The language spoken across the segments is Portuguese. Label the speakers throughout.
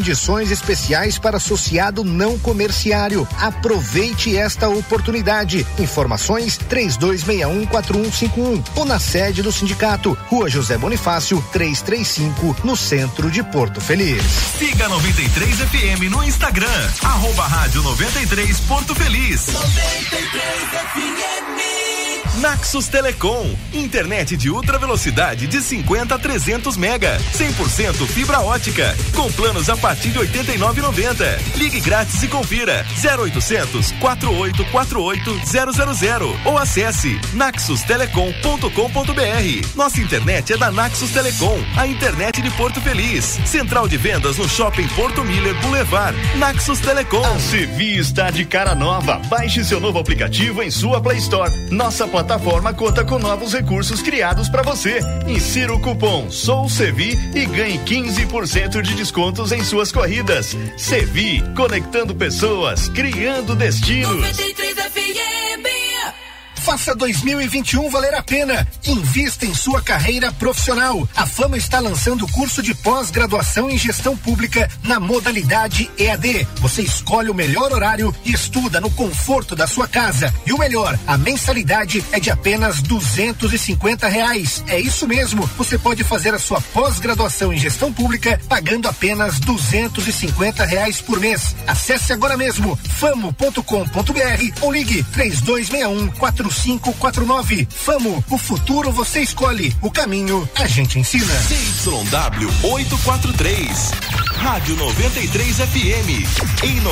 Speaker 1: Condições especiais para associado não comerciário. Aproveite esta oportunidade. Informações 32614151 ou na sede do sindicato, Rua José Bonifácio, 335, no centro de Porto Feliz.
Speaker 2: Siga 93 FM no Instagram, arroba rádio 93 Porto Feliz.
Speaker 3: 93 FM.
Speaker 2: Naxos Telecom, internet de ultra velocidade de 50 a 300 mega, 100% fibra ótica, com planos a partir de 89,90. Ligue grátis e confira 0800 4848 000 ou acesse naxustelecom.com.br. Nossa internet é da Naxos Telecom, a internet de Porto Feliz. Central de vendas no Shopping Porto Miller Boulevard. Naxos Telecom.
Speaker 4: A Sevi está de cara nova. Baixe seu novo aplicativo em sua Play Store. Nossa plataforma plataforma conta com novos recursos criados para você. Insira o cupom Sou Sevi e ganhe 15% de descontos em suas corridas. Sevi, conectando pessoas, criando destinos.
Speaker 3: 93 FM.
Speaker 1: Faça 2021 valer a pena. Invista em sua carreira profissional. A Fama está lançando o curso de pós-graduação em gestão pública na modalidade EAD. Você escolhe o melhor horário e estuda no conforto da sua casa. E o melhor, a mensalidade é de apenas duzentos e reais. É isso mesmo. Você pode fazer a sua pós-graduação em gestão pública pagando apenas duzentos e reais por mês. Acesse agora mesmo famo.com.br ou ligue três dois um 4549. Famo, o futuro você escolhe, o caminho a gente ensina.
Speaker 2: CYW 843. Rádio 93 FM. Em 93,5.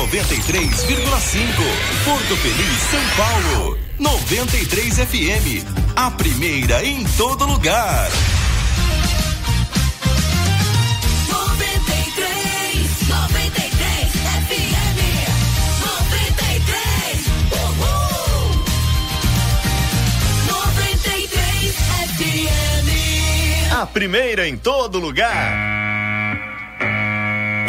Speaker 2: Porto Feliz, São Paulo. 93 FM. A primeira em todo lugar.
Speaker 3: 93, 93 FM. 93, uhul. 93 FM.
Speaker 4: A primeira em todo lugar.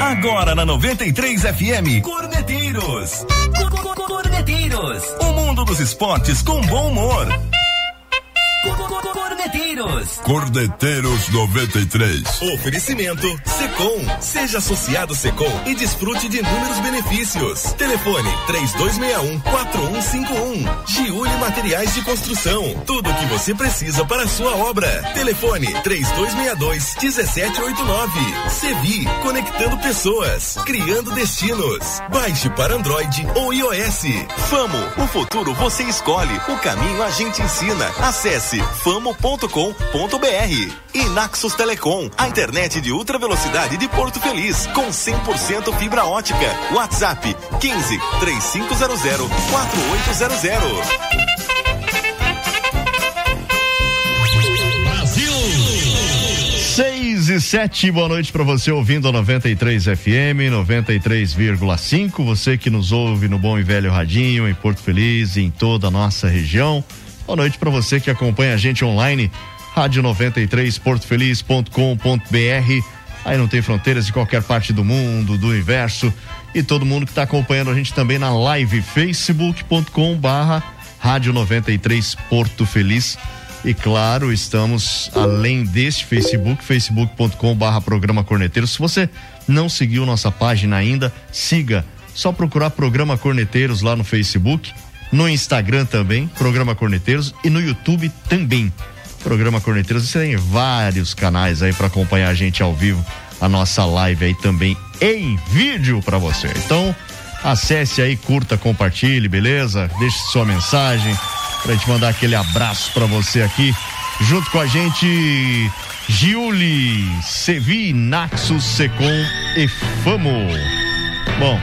Speaker 2: Agora na 93 FM. Corneteiros.
Speaker 5: Corneteiros.
Speaker 2: O mundo dos esportes com bom humor.
Speaker 5: Corneteiros.
Speaker 6: Cordeteiros 93.
Speaker 2: Oferecimento Secom. Seja associado Secom e desfrute de inúmeros benefícios. Telefone 3261 4151. Giuli Materiais de Construção. Tudo o que você precisa para a sua obra. Telefone 3262 1789. Sevi, conectando pessoas, criando destinos. Baixe para Android ou iOS. Famo, o futuro você escolhe, o caminho a gente ensina. Acesse famo.com.br. E Naxos Telecom, a internet de ultra velocidade de Porto Feliz, com 100% fibra ótica. WhatsApp 15 3500 4800.
Speaker 4: Seis e sete, boa noite para você ouvindo a 93 FM, 93,5. Você que nos ouve no Bom e Velho Radinho, em Porto Feliz, e em toda a nossa região. Boa noite para você que acompanha a gente online, rádio 93portofeliz.com.br. Aí não tem fronteiras de qualquer parte do mundo, do universo. E todo mundo que está acompanhando a gente também na live facebook.com/barra rádio 93 Porto Feliz. E claro, estamos além deste Facebook, facebook.com/barra programa Corneteiros. Se você não seguiu nossa página ainda, siga. Só procurar programa Corneteiros lá no Facebook no Instagram também, Programa Corneteiros, e no YouTube também, Programa Corneteiros. Você tem vários canais aí para acompanhar a gente ao vivo, a nossa live aí também em vídeo para você. Então, acesse aí, curta, compartilhe, beleza? Deixe sua mensagem pra gente mandar aquele abraço para você aqui. Junto com a gente, Giuli, Sevi, Naxos, Secom e Famo. Bom,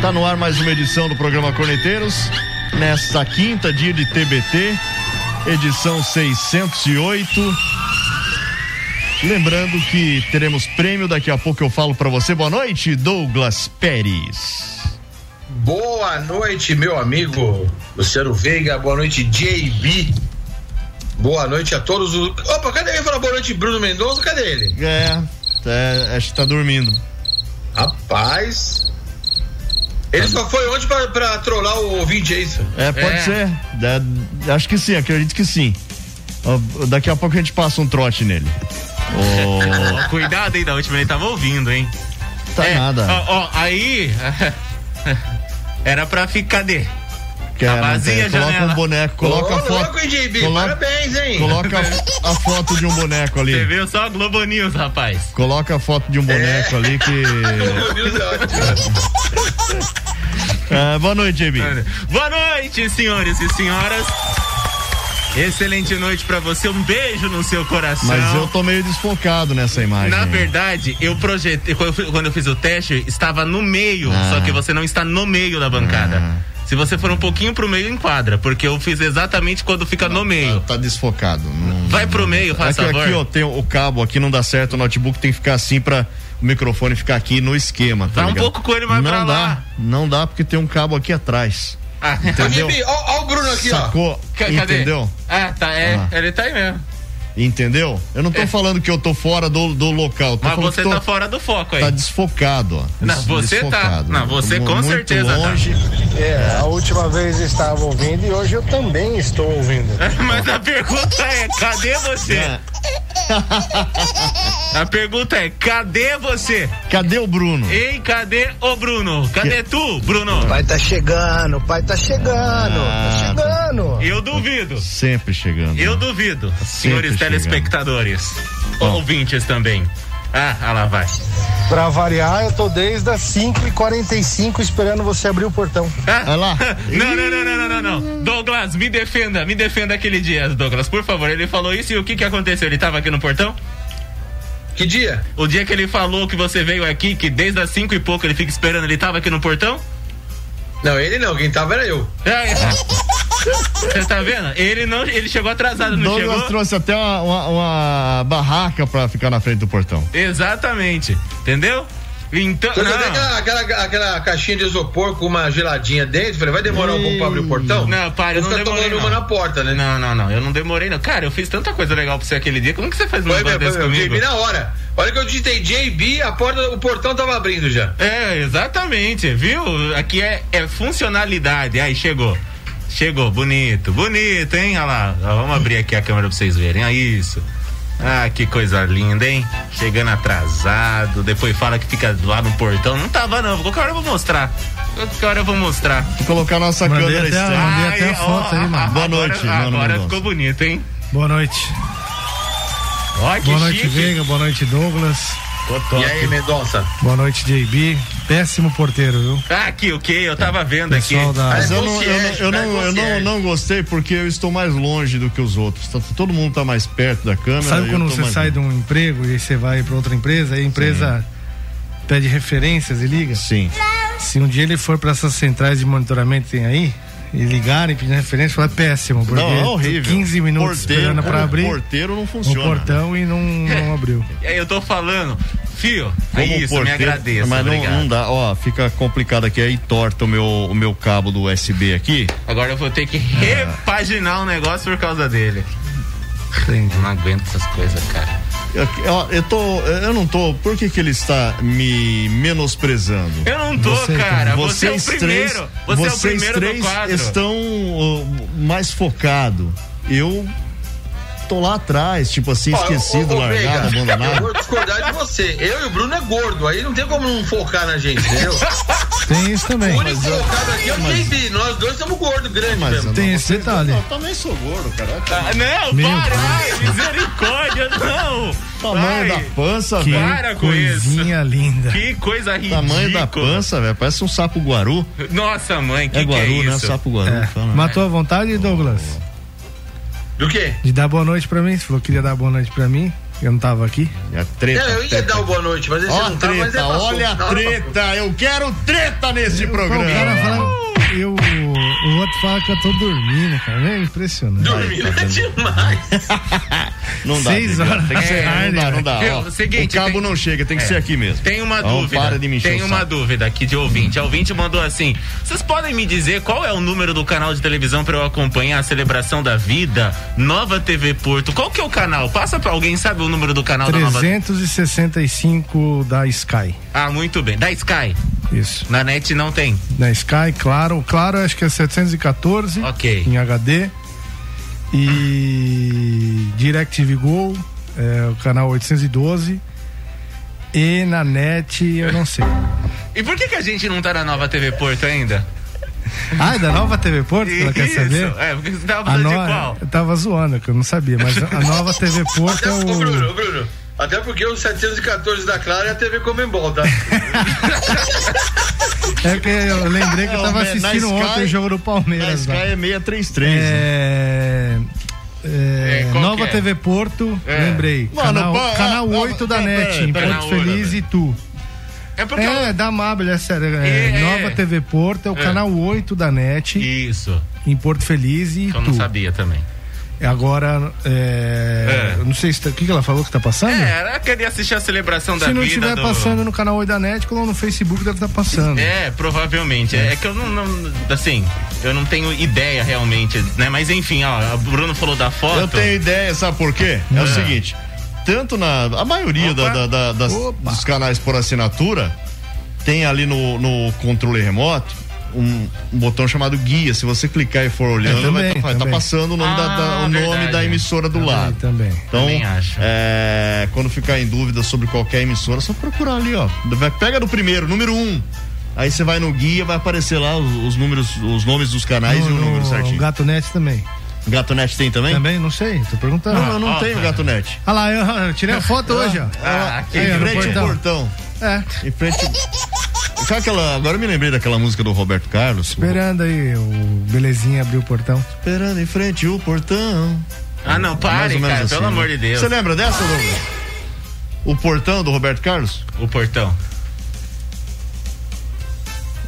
Speaker 4: Tá no ar mais uma edição do programa Corneteiros, nesta quinta dia de TBT, edição 608. Lembrando que teremos prêmio, daqui a pouco eu falo pra você. Boa noite, Douglas Pérez.
Speaker 7: Boa noite, meu amigo Luciano Veiga. Boa noite, JB. Boa noite a todos os. Opa, cadê ele? Fala boa noite, Bruno Mendonça. Cadê ele?
Speaker 4: É, é, acho que tá dormindo.
Speaker 7: Rapaz. Ele só foi ontem pra, pra trollar o ouvinte, é isso?
Speaker 4: É, pode ser. É, acho que sim, acredito que sim. Ó, Daqui a pouco a gente passa um trote nele. Ô,
Speaker 8: Cuidado, hein, da última ele tava ouvindo, hein?
Speaker 4: Tá
Speaker 8: É,
Speaker 4: nada.
Speaker 8: Ó, ó, aí. Era pra ficar de.
Speaker 4: Que é, não
Speaker 8: vazia
Speaker 4: tem.
Speaker 8: a
Speaker 4: coloca
Speaker 8: janela.
Speaker 4: um boneco, coloca
Speaker 7: Ô,
Speaker 4: a foto.
Speaker 7: louco, hein, JB?
Speaker 4: Coloca,
Speaker 7: Parabéns, hein?
Speaker 4: coloca a, a foto de um boneco
Speaker 8: Você
Speaker 4: ali.
Speaker 8: viu só a Globo News, rapaz.
Speaker 4: Coloca a foto
Speaker 7: É.
Speaker 4: de um boneco ali que.
Speaker 7: Meu Deus, é ótimo.
Speaker 4: Ah, boa noite, JB.
Speaker 8: Boa noite, senhores e senhoras. Excelente noite pra você. Um beijo no seu coração.
Speaker 4: Mas eu tô meio desfocado nessa imagem.
Speaker 8: Na
Speaker 4: aí.
Speaker 8: verdade, eu projetei. Quando eu fui- quando eu fiz o teste, estava no meio.
Speaker 4: Ah.
Speaker 8: Só que você não está no meio da bancada. Se você for um pouquinho pro meio, enquadra. Porque eu fiz exatamente quando fica no
Speaker 4: Tá,
Speaker 8: meio.
Speaker 4: tá desfocado. Não-
Speaker 8: Vai pro meio,
Speaker 4: É
Speaker 8: faz
Speaker 4: que
Speaker 8: favor.
Speaker 4: aqui, ó, tem o o cabo aqui, não dá certo, o notebook tem que ficar assim pra o microfone ficar aqui no esquema, tá
Speaker 8: Dá um
Speaker 4: ligado?
Speaker 8: pouco com ele, mas
Speaker 4: Não
Speaker 8: pra
Speaker 4: dá,
Speaker 8: lá.
Speaker 4: não dá porque tem um cabo aqui atrás,
Speaker 8: Ah,
Speaker 7: Ô,
Speaker 4: entendeu?
Speaker 7: JB, ó, ó o Bruno aqui, ó.
Speaker 4: Sacou?
Speaker 8: ca- cadê?
Speaker 4: Entendeu?
Speaker 8: Ah, tá. É,
Speaker 4: Ah.
Speaker 8: ele tá aí mesmo.
Speaker 4: Entendeu? Eu não tô falando que eu tô fora do, do local, tô
Speaker 8: É. Mas
Speaker 4: falando
Speaker 8: você
Speaker 4: que tô,
Speaker 8: tá fora do foco aí.
Speaker 4: tá desfocado, ó.
Speaker 8: Não,
Speaker 4: Des-
Speaker 8: você tá.
Speaker 4: desfocado. né?
Speaker 8: Não, você
Speaker 4: Mu-
Speaker 8: com
Speaker 4: muito
Speaker 8: certeza tá.
Speaker 4: longe.
Speaker 9: É, a última vez eu estava ouvindo e hoje eu também estou ouvindo.
Speaker 8: Mas a pergunta é, cadê você?
Speaker 4: É.
Speaker 8: A pergunta é, cadê você?
Speaker 4: Cadê o Bruno?
Speaker 8: Ei, cadê o Bruno? Cadê tu, Bruno?
Speaker 9: Pai tá chegando, pai tá chegando,
Speaker 4: Ah,
Speaker 9: tá chegando.
Speaker 8: Eu duvido.
Speaker 4: Sempre chegando. Tá
Speaker 8: Eu duvido, senhores
Speaker 4: chegando.
Speaker 8: telespectadores.
Speaker 4: Bom.
Speaker 8: Ouvintes também. Ah, ah lá vai.
Speaker 9: Pra variar, eu tô desde as 5h45 esperando você abrir o portão.
Speaker 4: Olha lá.
Speaker 8: É. Não, não, não, não, não, não, não. Douglas, me defenda, me defenda aquele dia, Douglas, por favor. Ele falou isso e o que que aconteceu? Ele tava aqui no portão?
Speaker 7: Que dia?
Speaker 8: O dia que ele falou que você veio aqui, que desde as cinco e pouco ele fica esperando, ele tava aqui no portão?
Speaker 7: Não, ele não, quem tava era eu.
Speaker 8: É, é. Você tá vendo? Ele não, ele chegou atrasado, não
Speaker 4: Douglas
Speaker 8: chegou?
Speaker 4: trouxe até uma, uma- uma barraca pra ficar na frente do portão.
Speaker 8: Exatamente. Entendeu? Então,
Speaker 7: Você cadê
Speaker 8: não.
Speaker 7: aquela, aquela, aquela caixinha de isopor com uma geladinha dentro? Falei, vai demorar um pouco pra abrir o portão?
Speaker 8: Não, para, eu
Speaker 7: Vou
Speaker 8: não
Speaker 7: ficar
Speaker 8: demorei,
Speaker 7: tomando uma
Speaker 8: não.
Speaker 7: na porta, né?
Speaker 8: Não, não, não, eu não demorei não. Cara, eu fiz tanta coisa legal pra você aquele dia. Como que você faz um
Speaker 7: Foi, meu,
Speaker 8: negócio
Speaker 7: foi,
Speaker 8: desse
Speaker 7: meu.
Speaker 8: comigo?
Speaker 7: JB na hora. Olha que eu digitei JB, a porta, o portão tava abrindo já.
Speaker 8: É, exatamente, viu? Aqui é, é funcionalidade. Aí, chegou. Chegou, bonito, bonito, hein? Olha lá. Ó, Vamos abrir aqui a câmera pra vocês verem. Olha isso. Ah, que coisa linda, hein? Chegando atrasado, depois fala que fica lá no portão. Não tava, não. Qualquer hora eu vou mostrar. Qualquer hora eu vou mostrar.
Speaker 4: Vou colocar nossa
Speaker 10: Mandei
Speaker 4: câmera
Speaker 10: até a-
Speaker 4: externa.
Speaker 10: mandei até a foto aí, mano.
Speaker 4: Boa noite,
Speaker 8: Agora,
Speaker 4: mano,
Speaker 8: agora
Speaker 4: Mendonça.
Speaker 8: ficou bonito, hein?
Speaker 10: Boa noite.
Speaker 8: Ó, que
Speaker 10: Boa noite,
Speaker 8: chique.
Speaker 10: Veiga. Boa noite, Douglas.
Speaker 7: E aí, Mendonça?
Speaker 10: Boa noite, JB. Péssimo porteiro, viu?
Speaker 8: Ah, aqui, o que? Eu tava vendo aqui.
Speaker 10: Pessoal da.
Speaker 4: Mas
Speaker 7: É
Speaker 4: eu não, eu, não,
Speaker 7: concierge,
Speaker 4: eu,
Speaker 7: vai
Speaker 4: não, eu não,
Speaker 7: concierge.
Speaker 4: não gostei porque eu estou mais longe do que os outros. Tá- Todo mundo tá mais perto da câmera.
Speaker 10: Sabe
Speaker 4: eu
Speaker 10: quando
Speaker 4: tô
Speaker 10: você
Speaker 4: mais
Speaker 10: sai de
Speaker 4: longe.
Speaker 10: um emprego e aí você vai pra outra empresa, aí a empresa pede referências e liga?
Speaker 4: Sim.
Speaker 10: Se um dia ele for pra essas centrais de monitoramento que tem aí e ligarem pedindo referência, fala péssimo, porque
Speaker 4: Não, é horrível.
Speaker 10: 15 minutos esperando pra
Speaker 4: o
Speaker 10: abrir
Speaker 4: porteiro não
Speaker 10: o
Speaker 4: funciona. né?
Speaker 10: portão e não, não abriu.
Speaker 8: É, eu tô falando. Fio,
Speaker 4: Como
Speaker 8: é
Speaker 4: o
Speaker 8: isso, me agradeço.
Speaker 4: Mas não,
Speaker 8: obrigado.
Speaker 4: não dá. Ó, fica complicado aqui. Aí torta o meu, o meu cabo do USB aqui.
Speaker 8: Agora eu vou
Speaker 4: Ah.
Speaker 8: ter que repaginar o negócio por causa dele.
Speaker 10: Entendi.
Speaker 8: Eu não aguento essas coisas, cara.
Speaker 4: Eu, ó, eu tô. Eu não tô. Por que, que ele está me menosprezando?
Speaker 8: Eu não tô,
Speaker 10: Você,
Speaker 8: cara.
Speaker 10: cara.
Speaker 8: Você é o
Speaker 4: Vocês três,
Speaker 8: primeiro. Você é o
Speaker 4: vocês
Speaker 8: primeiro do
Speaker 4: três
Speaker 8: quadro.
Speaker 4: estão ó, mais focado. Eu tô lá atrás, tipo assim, esquecido,
Speaker 7: Ó, ô, ô,
Speaker 4: largado,
Speaker 7: Veiga, Eu
Speaker 4: abandonado.
Speaker 7: vou discordar de você. Eu e o Bruno é gordo, aí não tem como não focar na gente, entendeu?
Speaker 10: Tem isso também.
Speaker 7: O único focado aqui é o JB. Nós dois somos gordos, grande
Speaker 4: Mas
Speaker 7: mesmo.
Speaker 4: eu
Speaker 10: Tem
Speaker 4: não-
Speaker 10: esse detalhe.
Speaker 4: Eu também sou gordo, cara. Olha
Speaker 8: Ah, não,
Speaker 10: tá Meu
Speaker 8: para! Ai, misericórdia, não!
Speaker 4: o tamanho
Speaker 8: Ai,
Speaker 4: da pança,
Speaker 10: Que
Speaker 4: velho.
Speaker 8: Para com isso.
Speaker 10: coisinha linda.
Speaker 8: Que coisa ridícula.
Speaker 4: Tamanho da pança, velho. Parece um sapo guaru.
Speaker 8: Nossa, mãe, que
Speaker 4: é guaru,
Speaker 8: que é
Speaker 4: né?
Speaker 8: isso?
Speaker 4: Sapo guaru.
Speaker 10: É.
Speaker 4: fala.
Speaker 10: Matou a vontade, Douglas?
Speaker 7: Do quê?
Speaker 10: De dar boa noite pra mim? Você falou que queria dar boa noite pra mim. Eu não tava aqui.
Speaker 4: É a
Speaker 7: É,
Speaker 4: treta.
Speaker 7: eu ia dar o boa noite, mas esse
Speaker 4: Ó a
Speaker 7: não tá, mas é
Speaker 4: treta,
Speaker 7: passou.
Speaker 4: olha a
Speaker 8: né?
Speaker 7: Não,
Speaker 4: treta. Eu quero treta nesse
Speaker 10: O cara
Speaker 4: programa.
Speaker 10: fala. Eu, o outro fala que eu tô dormindo, cara. É impressionante.
Speaker 7: Dormindo é demais.
Speaker 4: Não dá.
Speaker 10: Seis
Speaker 4: Miguel.
Speaker 10: horas
Speaker 4: Tem que
Speaker 10: da
Speaker 4: ser,
Speaker 10: tarde, né?
Speaker 4: não dá, não
Speaker 10: velho.
Speaker 4: dá.
Speaker 8: Meu,
Speaker 4: ó.
Speaker 8: seguinte,
Speaker 4: o cabo
Speaker 8: tem-
Speaker 4: não chega, tem que
Speaker 8: É.
Speaker 4: ser aqui mesmo.
Speaker 8: Tem uma
Speaker 4: Não,
Speaker 8: dúvida.
Speaker 4: Para de me encher
Speaker 8: Tem
Speaker 4: o
Speaker 8: uma
Speaker 4: saco.
Speaker 8: dúvida aqui de ouvinte. A ouvinte mandou assim: Vocês podem me dizer qual é o número do canal de televisão pra eu acompanhar a celebração da vida? Nova TV Porto. Qual que é o canal? Passa pra alguém, sabe o número do canal da Nova
Speaker 10: 365 da Sky.
Speaker 8: Ah, muito bem. Da Sky.
Speaker 10: Isso.
Speaker 8: Na net não tem.
Speaker 10: Na Sky, claro. Claro, acho que é 714
Speaker 8: Ok.
Speaker 10: em HD. E DirecTV Go, é, o canal 812. E na net, eu não sei.
Speaker 8: E por que, que a gente não tá na nova TV Porto ainda?
Speaker 10: Ah, é da nova TV Porto? que Ela quer saber?
Speaker 8: É, porque você tava
Speaker 10: A
Speaker 8: falando de
Speaker 10: no-
Speaker 8: qual?
Speaker 10: Eu tava zoando, que eu não sabia, mas a nova TV Porto é
Speaker 7: Até, ô,
Speaker 10: o.
Speaker 7: Bruno, ô, Bruno, até porque o 714 da Clara é a TV Comembol, tá?
Speaker 10: É que eu lembrei que eu
Speaker 4: Não,
Speaker 10: tava
Speaker 4: na
Speaker 10: assistindo
Speaker 4: Sky-
Speaker 10: ontem o jogo do
Speaker 4: Na
Speaker 10: Palmeiras.
Speaker 4: Sky
Speaker 10: lá.
Speaker 4: é 633. né?
Speaker 10: É. é,
Speaker 8: É, qual
Speaker 10: Nova
Speaker 8: que é?
Speaker 10: TV Porto,
Speaker 8: É.
Speaker 10: lembrei.
Speaker 4: Mano,
Speaker 10: canal,
Speaker 4: pa-
Speaker 10: canal
Speaker 4: ah,
Speaker 10: 8 da
Speaker 4: ah,
Speaker 10: NET,
Speaker 4: peraí,
Speaker 10: em
Speaker 4: peraí.
Speaker 10: Porto
Speaker 8: Canal
Speaker 10: Feliz
Speaker 8: oito,
Speaker 10: e tu.
Speaker 8: É porque
Speaker 10: É, da Mabel, é sério. É,
Speaker 8: É, é.
Speaker 10: Nova TV Porto é o
Speaker 8: É.
Speaker 10: canal 8 da NET,
Speaker 8: eu... Isso,
Speaker 10: em Porto Feliz e
Speaker 8: que eu não
Speaker 10: tu.
Speaker 8: sabia também.
Speaker 10: Agora, é,
Speaker 8: É.
Speaker 10: eu não sei se. tá- O que, que ela falou que tá passando?
Speaker 8: É, ela queria assistir a celebração da
Speaker 10: Se não
Speaker 8: vida
Speaker 10: estiver
Speaker 8: do...
Speaker 10: passando no canal 8 da NET, ou no Facebook deve estar passando.
Speaker 8: É, provavelmente. É, que eu não, não- Assim, eu não tenho ideia realmente, né? Mas enfim, ó, o Bruno falou da foto.
Speaker 4: Eu tenho ideia, sabe por quê? É, o seguinte: tanto na. A maioria da- da- da- das- dos canais por assinatura tem ali no, no controle remoto um, um botão chamado guia. Se você clicar e for olhando,
Speaker 10: É, também,
Speaker 4: vai, tá, vai tá
Speaker 10: também.
Speaker 4: passando o nome, da, da-
Speaker 8: Ah,
Speaker 4: o nome
Speaker 8: verdade.
Speaker 4: da emissora do lado.
Speaker 10: Também.
Speaker 4: Então,
Speaker 8: Também acho.
Speaker 4: é, quando ficar em dúvida sobre qualquer emissora, é só procurar ali, ó. Vai- Pega do primeiro, número um. Aí você vai no guia, vai aparecer lá os, os números, os nomes dos canais e o número certinho.
Speaker 10: o Gato Net também.
Speaker 4: Gato Net tem também?
Speaker 10: Também? Não sei, tô perguntando.
Speaker 4: Não, eu não
Speaker 8: ó,
Speaker 4: tenho
Speaker 8: cara.
Speaker 4: Gato Net.
Speaker 10: Olha lá, eu, eu tirei a foto hoje, ó.
Speaker 8: Ah, que
Speaker 10: Aí,
Speaker 4: Em
Speaker 10: ó, no
Speaker 4: frente ao
Speaker 10: portão.
Speaker 4: portão.
Speaker 10: É,
Speaker 4: Em frente. Sabe aquela. Agora eu me lembrei daquela música do Roberto Carlos.
Speaker 10: esperando aí o Belezinha abrir o portão.
Speaker 4: Esperando em frente o portão.
Speaker 8: Ah, não,
Speaker 4: Mais
Speaker 8: pare,
Speaker 4: ou menos
Speaker 8: cara,
Speaker 4: assim,
Speaker 8: pelo
Speaker 4: né?
Speaker 8: amor de Deus.
Speaker 4: Você lembra dessa, Douglas? O portão do Roberto Carlos?
Speaker 8: O portão.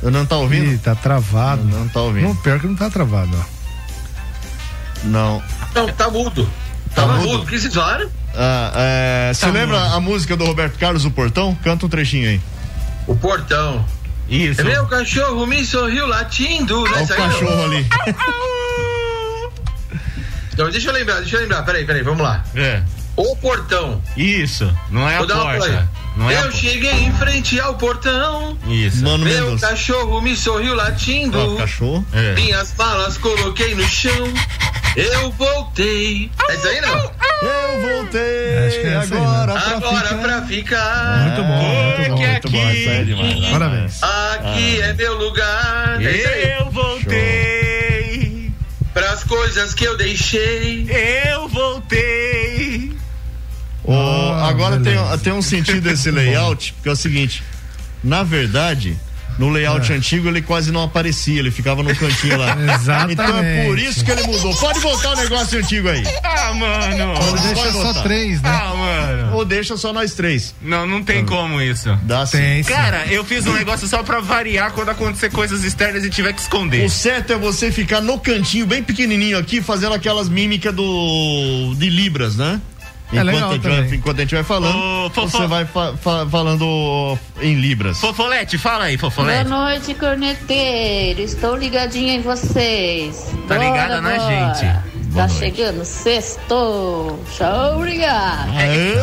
Speaker 4: Eu não tá ouvindo?
Speaker 10: Ih, tá travado.
Speaker 4: Não tá ouvindo.
Speaker 10: Não, pior que não tá travado, ó.
Speaker 4: Não.
Speaker 7: Não, tá mudo. Tava mudo. O que vocês falaram?
Speaker 4: Ah, é,
Speaker 10: Tá
Speaker 4: Você lembra a música do Roberto Carlos, o portão? Canta um trechinho aí.
Speaker 7: O portão.
Speaker 8: Isso.
Speaker 7: Meu cachorro me sorriu latindo. Né?
Speaker 4: Olha o
Speaker 7: Isso aí não.
Speaker 4: cachorro ali.
Speaker 7: Não, Então, deixa eu lembrar, deixa eu lembrar. Peraí, peraí, vamos lá.
Speaker 8: É.
Speaker 7: O portão.
Speaker 8: Isso. Não é a
Speaker 7: Vou dar uma
Speaker 8: porta.
Speaker 7: play.
Speaker 8: Não é a
Speaker 7: eu
Speaker 8: porta.
Speaker 7: cheguei em frente ao portão.
Speaker 8: Isso.
Speaker 4: Mano
Speaker 7: Meu
Speaker 4: Mendonça.
Speaker 7: cachorro me sorriu latindo.
Speaker 4: Ó, cachorro.
Speaker 8: É.
Speaker 7: Minhas malas coloquei no chão. Eu voltei. É isso aí não?
Speaker 4: Eu
Speaker 10: Acho que
Speaker 4: voltei
Speaker 10: é essa aí, né?
Speaker 4: agora pra
Speaker 7: Agora
Speaker 4: ficar.
Speaker 7: pra ficar.
Speaker 4: Ah,
Speaker 10: Muito
Speaker 4: é
Speaker 10: bom, muito
Speaker 8: Oi,
Speaker 10: bom.
Speaker 8: que
Speaker 4: Muito bom, essa é demais. né?
Speaker 10: Parabéns.
Speaker 7: Aqui é meu lugar. É isso aí.
Speaker 8: Ah. Eu voltei.
Speaker 7: Pras coisas que eu deixei.
Speaker 8: Eu voltei.
Speaker 4: Ô,
Speaker 10: Ah,
Speaker 4: agora tem,
Speaker 10: beleza.
Speaker 4: tem um sentido esse layout, porque é o seguinte, na verdade, no layout
Speaker 10: É.
Speaker 4: antigo ele quase não aparecia, ele ficava no cantinho lá.
Speaker 10: Exatamente.
Speaker 4: Então é por isso que ele mudou. Pode voltar o negócio antigo aí.
Speaker 8: Ah, mano.
Speaker 4: Pode
Speaker 10: Deixa
Speaker 4: voltar.
Speaker 10: só três, né?
Speaker 8: Ah, mano.
Speaker 4: Ou deixa só nós três. Ah.
Speaker 8: Não, não tem como isso.
Speaker 4: Dá sim.
Speaker 10: Tem, sim.
Speaker 8: Cara, eu fiz um negócio só pra variar quando acontecer coisas externas e tiver que esconder.
Speaker 4: O certo é você ficar no cantinho bem pequenininho aqui, fazendo aquelas mímicas do de libras, né?
Speaker 10: É legal
Speaker 4: a gente vai-
Speaker 10: também.
Speaker 4: enquanto a gente vai falando,
Speaker 8: Ô, Fofó.
Speaker 4: você vai fa- fa- falando em libras.
Speaker 8: Fofolete, fala aí,
Speaker 11: Boa
Speaker 8: Fofolete.
Speaker 11: noite, corneteiro. Estou ligadinha em vocês.
Speaker 8: Tá ligada na gente.
Speaker 11: tá
Speaker 8: Boa noite.
Speaker 11: chegando sexto. Tchau, obrigado.
Speaker 4: Aê,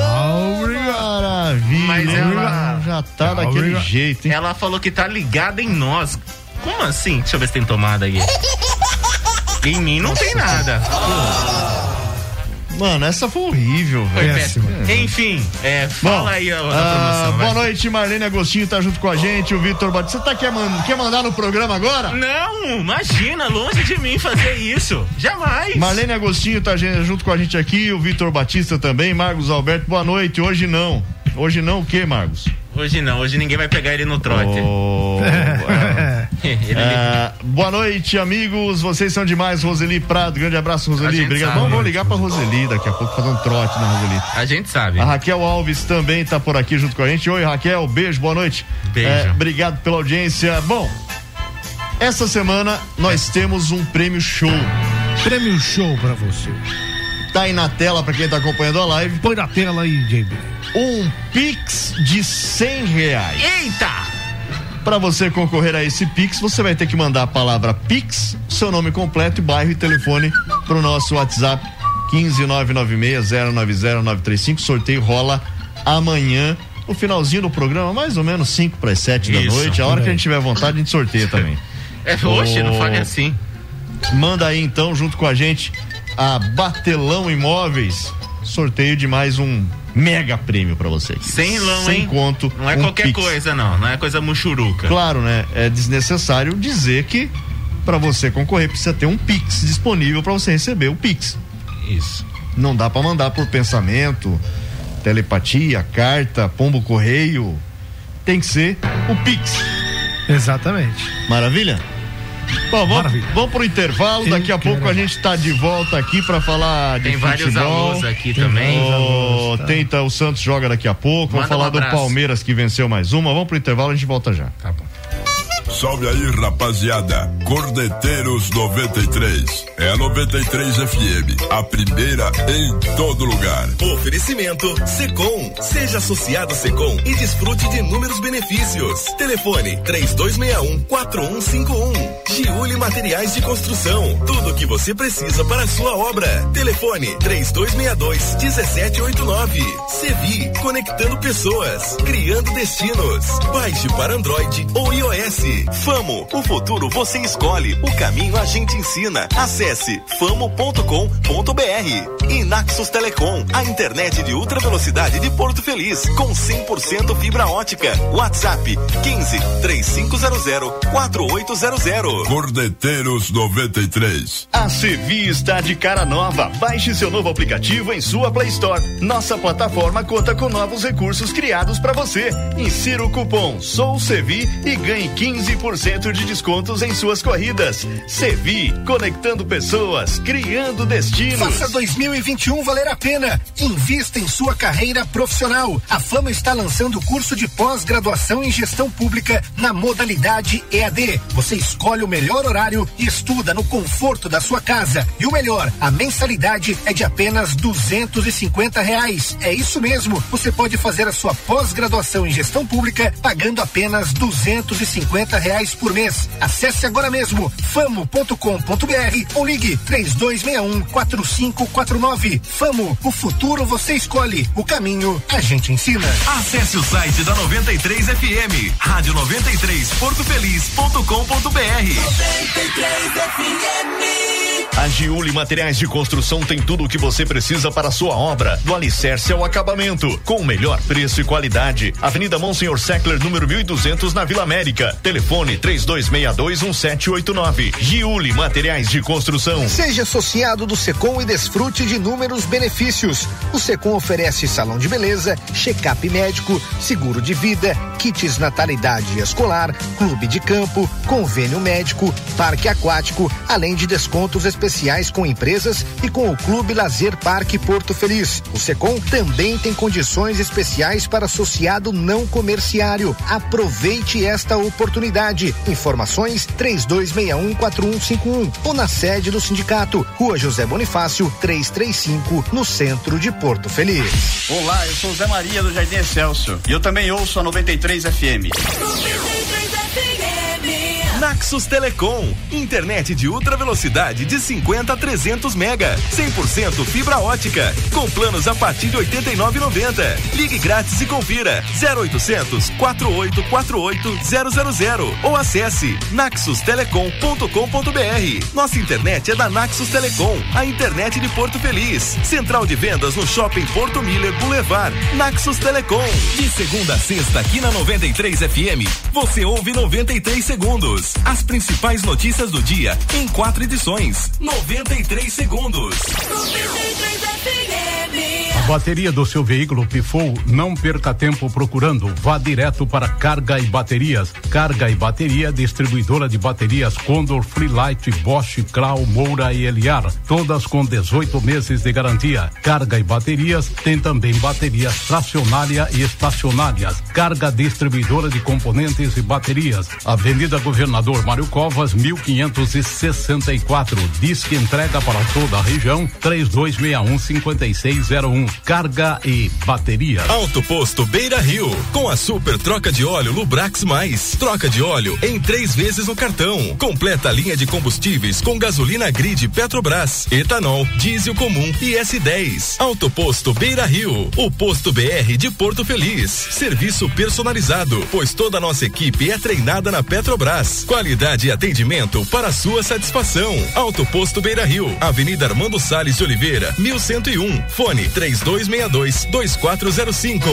Speaker 10: Obrigado.
Speaker 4: Maravilha.
Speaker 8: Mas ela-
Speaker 4: já tá daquele
Speaker 10: Obrigado.
Speaker 4: jeito, hein?
Speaker 8: Ela falou que tá ligada em nós. Como assim? Deixa eu ver se tem tomada aí. Em mim não tem nada.
Speaker 4: Mano, essa foi horrível,
Speaker 8: Foi
Speaker 4: velho.
Speaker 10: péssimo.
Speaker 8: péssimo. Enfim, é, fala
Speaker 4: Bom,
Speaker 8: aí a, a
Speaker 4: ah,
Speaker 8: promoção.
Speaker 4: boa
Speaker 8: vai.
Speaker 4: noite, Marlene Agostinho tá junto com a gente, o Vitor Batista. Você tá quer, man- quer mandar no programa agora?
Speaker 8: Não, imagina, longe de mim fazer isso. Jamais.
Speaker 4: Marlene Agostinho tá gen- junto com a gente aqui, o Vitor Batista também, Marcos Alberto, boa noite. Hoje não. Hoje não o quê, Marcos?
Speaker 8: Hoje não, hoje ninguém vai pegar ele no trote.
Speaker 4: Oh,
Speaker 10: É.
Speaker 8: Ele-
Speaker 4: Ah, boa noite, amigos. Vocês são demais, Roseli Prado. Grande abraço,
Speaker 8: A
Speaker 4: Roseli.
Speaker 8: gente
Speaker 4: Obrigado.
Speaker 8: sabe.
Speaker 4: Vamos, vou ligar pra Roseli daqui a pouco, fazer um trote na Roseli.
Speaker 8: A gente sabe.
Speaker 4: A Raquel Alves também tá por aqui junto com a gente. Oi, Raquel, beijo, boa noite. É,
Speaker 8: Beijo.
Speaker 4: obrigado pela audiência. Bom, essa semana nós temos um prêmio show.
Speaker 10: Prêmio show pra você.
Speaker 4: Tá aí na tela pra quem tá acompanhando a live.
Speaker 10: Põe na tela aí, JB.
Speaker 4: Um Pix de 100 reais.
Speaker 8: Eita!
Speaker 4: Pra você concorrer a esse Pix, você vai ter que mandar a palavra Pix, seu nome completo, bairro e telefone pro nosso WhatsApp 15996090935. Sorteio rola amanhã. No finalzinho do programa, mais ou menos 5 para 7 da
Speaker 8: Isso,
Speaker 4: noite. A hora que a gente tiver vontade, a gente sorteia também.
Speaker 8: É, hoje, não
Speaker 4: Oh.
Speaker 8: fale assim.
Speaker 4: Manda aí então, junto com a gente, a Batelão Imóveis. sorteio de mais um mega prêmio pra você. aqui.
Speaker 8: Sem lão,
Speaker 4: Sem
Speaker 8: hein?
Speaker 4: conto.
Speaker 8: Não é
Speaker 4: um
Speaker 8: qualquer
Speaker 4: Pix.
Speaker 8: coisa, não. Não é coisa muxuruca.
Speaker 4: Claro, né? É desnecessário dizer que pra você concorrer precisa ter um Pix disponível pra você receber o Pix.
Speaker 8: Isso.
Speaker 4: Não dá pra mandar por pensamento, telepatia, carta, pombo correio. Tem que ser o Pix.
Speaker 10: Exatamente.
Speaker 4: Maravilha? Bom, vamos, vamos pro intervalo.
Speaker 10: Eu
Speaker 4: Daqui a pouco a gente tá de volta aqui pra falar de
Speaker 8: Tem vários
Speaker 4: futebol.
Speaker 8: alôs aqui também.
Speaker 4: Oh,
Speaker 8: Alôs, tá.
Speaker 4: Tem, tá, o Santos joga daqui a pouco. vamos
Speaker 8: Manda
Speaker 4: falar
Speaker 8: um
Speaker 4: do
Speaker 8: abraço.
Speaker 4: Palmeiras que venceu mais uma. Vamos pro intervalo, a gente volta já. Tá bom.
Speaker 6: Salve aí, rapaziada. Cordeteiros 93. É a 93 FM, a primeira em todo lugar.
Speaker 2: Oferecimento Secom. Seja associado Secom e desfrute de inúmeros benefícios. Telefone 3261 4151. Giuli Materiais de Construção. Tudo o que você precisa para a sua obra. Telefone 3262 1789. Sevi, conectando pessoas, criando destinos. Baixe para Android ou iOS. Famo, o futuro você escolhe, o caminho a gente ensina. Acesse famo.com.br. E Naxos Telecom, a internet de ultra velocidade de Porto Feliz, com 100% fibra ótica. WhatsApp 15 3500 4800.
Speaker 6: Cordeteiros 93.
Speaker 12: A Sevi está de cara nova. Baixe seu novo aplicativo em sua Play Store. Nossa plataforma conta com novos recursos criados para você. Insira o cupom Sou Sevi e ganhe 15% de descontos em suas corridas. Sevi, conectando pessoas, criando destinos.
Speaker 1: Faça 2021 valer a pena. Invista em sua carreira profissional. A Fama está lançando o curso de pós-graduação em gestão pública na modalidade EAD. Você escolhe o melhor horário e estuda no conforto da sua casa. E o melhor, a mensalidade é de apenas duzentos e cinquenta reais. É isso mesmo. Você pode fazer a sua pós-graduação em gestão pública pagando apenas duzentos e cinquenta reais por mês. Acesse agora mesmo famo.com.br ou ligue três dois um quatro cinco quatro nove. Famo, o futuro você escolhe, o caminho a gente ensina.
Speaker 2: Acesse o site da 93 FM, rádio 93
Speaker 12: A Giuli Materiais de Construção tem tudo o que você precisa para a sua obra, do alicerce ao acabamento, com o melhor preço e qualidade. Avenida Monsenhor Seckler, número 1200, na Vila América. Telefone 32621789. Giuli Materiais de Construção.
Speaker 1: Seja associado do Secom e desfrute de inúmeros benefícios. O Secom oferece salão de beleza, check-up médico, seguro de vida, kits natalidade escolar, clube de campo, convênio médico, parque aquático, além de descontos especiais com empresas e com o Clube Lazer Parque Porto Feliz. O Secom também tem condições especiais para associado não comerciário. Aproveite esta oportunidade. Informações 32614151 ou na sede do sindicato, Rua José Bonifácio, 335, no centro de Porto Feliz.
Speaker 13: Olá, eu sou o Zé Maria do Jardim Excelso e eu também ouço a 93 FM.
Speaker 2: Naxos Telecom, internet de ultra velocidade de 50 a 300 mega, 100% fibra ótica, com planos a partir de 89,90. Ligue grátis e confira 0800 4848 000 ou acesse naxostelecom.com.br. Nossa internet é da Naxos Telecom, a internet de Porto Feliz. Central de vendas no Shopping Porto Miller Boulevard. Naxos Telecom. De segunda a sexta aqui na 93 FM, você ouve 93 segundos. As principais notícias do dia em quatro edições. 93 segundos.
Speaker 14: A bateria do seu veículo pifou? Não perca tempo procurando. Vá direto para Carga e Baterias. Carga e Bateria, distribuidora de baterias Condor, Freelight, Bosch, Krau, Moura e Eliar. Todas com 18 meses de garantia. Carga e Baterias tem também baterias tracionária e estacionárias. Carga distribuidora de componentes e baterias. Avenida Governador Mário Covas, 1564. Disque entrega para toda a região 3261 5601. Carga e Baterias.
Speaker 2: Alto Posto Beira Rio, com a super troca de óleo Lubrax Mais. Troca de óleo em três vezes no cartão. Completa a linha de combustíveis com gasolina grid Petrobras, etanol, diesel comum e S10. Alto Posto Beira Rio, o posto BR de Porto Feliz. Serviço personalizado, pois toda a nossa equipe é treinada na Petrobras. Qualidade e atendimento para sua satisfação. Alto Posto Beira Rio, Avenida Armando Salles de Oliveira, 1101. Fone 3262 2405.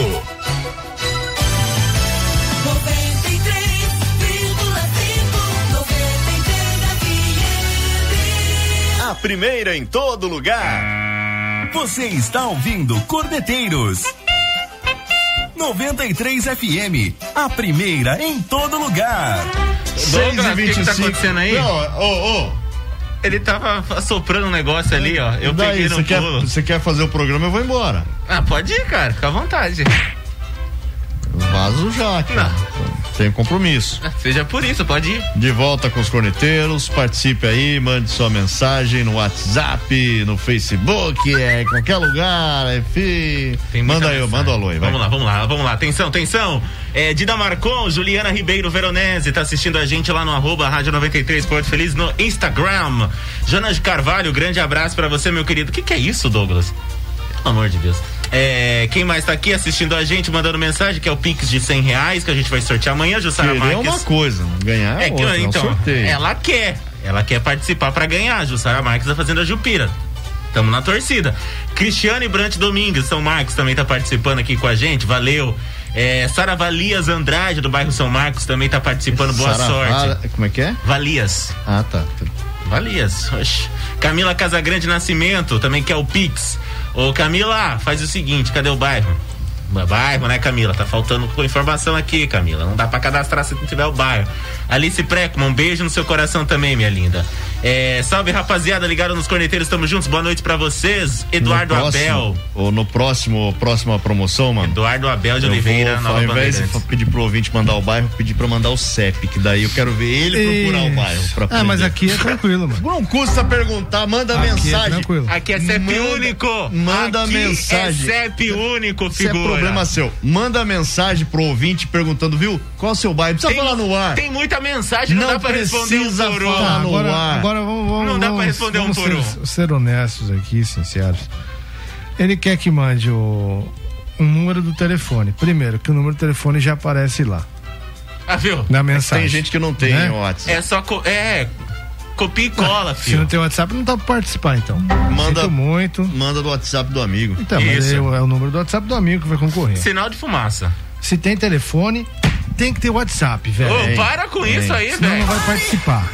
Speaker 3: 93,5
Speaker 12: A primeira em todo lugar.
Speaker 2: Você está ouvindo Cordeteiros 93 FM, a primeira em todo lugar.
Speaker 8: Douglas, o que, que tá acontecendo aí?
Speaker 4: Não,
Speaker 8: Ele tava soprando um negócio ali, ó. Eu
Speaker 4: E daí,
Speaker 8: peguei no
Speaker 4: você quer,
Speaker 8: pulo.
Speaker 4: você quer fazer o programa, eu vou embora.
Speaker 8: Ah, pode ir, cara. Fica à vontade.
Speaker 4: Vazo já, cara. Tenho compromisso.
Speaker 8: Ah, Seja por isso, pode ir.
Speaker 4: De volta com os corneteiros, participe aí, mande sua mensagem no WhatsApp, no Facebook, é, em qualquer lugar, enfim.
Speaker 8: muita
Speaker 4: Manda aí,
Speaker 8: mensagem.
Speaker 4: manda o alô aí, vai.
Speaker 8: Vamos lá, vamos lá, vamos lá. Atenção, atenção. É, Dida Marcon, Juliana Ribeiro Veronese, tá assistindo a gente lá no arroba Rádio 93 Porto Feliz no Instagram. Jonas de Carvalho, grande abraço pra você, meu querido. O que, que é isso, Douglas? Pelo amor de Deus. É, quem mais tá aqui assistindo a gente, mandando mensagem, que é o Pix de 100 reais, que a gente vai sortear amanhã, Jussara
Speaker 4: Querer é
Speaker 8: Marques.
Speaker 4: uma coisa, ganhar é,
Speaker 8: que,
Speaker 4: outra, é um
Speaker 8: então,
Speaker 4: sorteio.
Speaker 8: ela quer. Ela quer participar pra ganhar. Jussara Marques da Fazenda Jupira. Tamo na torcida. Cristiane Brant Domingues, São Marcos, também tá participando aqui com a gente. Valeu. É, Sara Valias Andrade, do bairro São Marcos, também tá participando. Boa
Speaker 4: Sara
Speaker 8: sorte.
Speaker 4: Vara- como é que é?
Speaker 8: Valias.
Speaker 4: Ah, tá.
Speaker 8: Valias. Oxe. Camila Casagrande Nascimento, também quer o Pix. Ô, Camila, faz o seguinte: cadê o bairro? Bairro, né, Camila? Tá faltando com informação aqui, Camila. Não dá pra cadastrar se não tiver o bairro. Alice Preckman, um beijo no seu coração também, minha linda. É, salve, rapaziada. Ligaram nos corneteiros, tamo juntos. Boa noite pra vocês. Eduardo
Speaker 4: No próximo-
Speaker 8: Abel.
Speaker 4: Ou no próximo, próxima promoção, mano.
Speaker 8: Eduardo Abel de
Speaker 4: eu
Speaker 8: Oliveira,
Speaker 4: vou,
Speaker 8: Nova
Speaker 4: Ao invés de
Speaker 8: Bandeirantes.
Speaker 4: pedir pro ouvinte mandar o bairro, pedir pra mandar o CEP, que daí eu quero ver ele procurar o bairro. pra
Speaker 10: Ah, mas
Speaker 4: aprender.
Speaker 10: aqui é tranquilo, mano.
Speaker 4: Não custa perguntar, manda
Speaker 10: Aqui é
Speaker 4: mensagem.
Speaker 10: tranquilo.
Speaker 8: Aqui é CEP único.
Speaker 4: Manda
Speaker 8: Aqui
Speaker 4: mensagem.
Speaker 8: É CEP único,
Speaker 4: Isso é
Speaker 8: figura.
Speaker 4: problema seu. Manda mensagem pro ouvinte perguntando, viu? Qual o seu bairro? Precisa falar no ar.
Speaker 8: Tem muita mensagem, não,
Speaker 4: Não
Speaker 8: dá pra responder um
Speaker 4: precisa
Speaker 8: por um.
Speaker 4: falar no
Speaker 10: Tá, agora,
Speaker 4: ar.
Speaker 10: agora vamos, vamos.
Speaker 8: Não dá pra
Speaker 10: vamos-
Speaker 8: responder um
Speaker 10: vamos
Speaker 8: por
Speaker 10: ser, ser honestos aqui, sinceros. Ele quer que mande o um número do telefone. Primeiro, que o número do telefone já aparece lá.
Speaker 8: Ah, viu?
Speaker 10: Na mensagem.
Speaker 4: Tem gente É que não tem
Speaker 10: Né? Ah,
Speaker 4: WhatsApp.
Speaker 8: É só. co- É. Copia e cola,
Speaker 10: Se
Speaker 8: filho.
Speaker 10: não tem WhatsApp, não dá pra participar, então.
Speaker 4: Manda,
Speaker 10: Sinto muito.
Speaker 4: manda do WhatsApp do amigo.
Speaker 10: Então, mas
Speaker 4: Isso.
Speaker 10: é, o- é o número do WhatsApp do amigo que vai concorrer.
Speaker 8: Sinal de fumaça.
Speaker 10: Se tem telefone, tem que ter WhatsApp, velho.
Speaker 8: Ô, para com isso aí,
Speaker 10: Senão
Speaker 8: velho.
Speaker 10: não vai participar.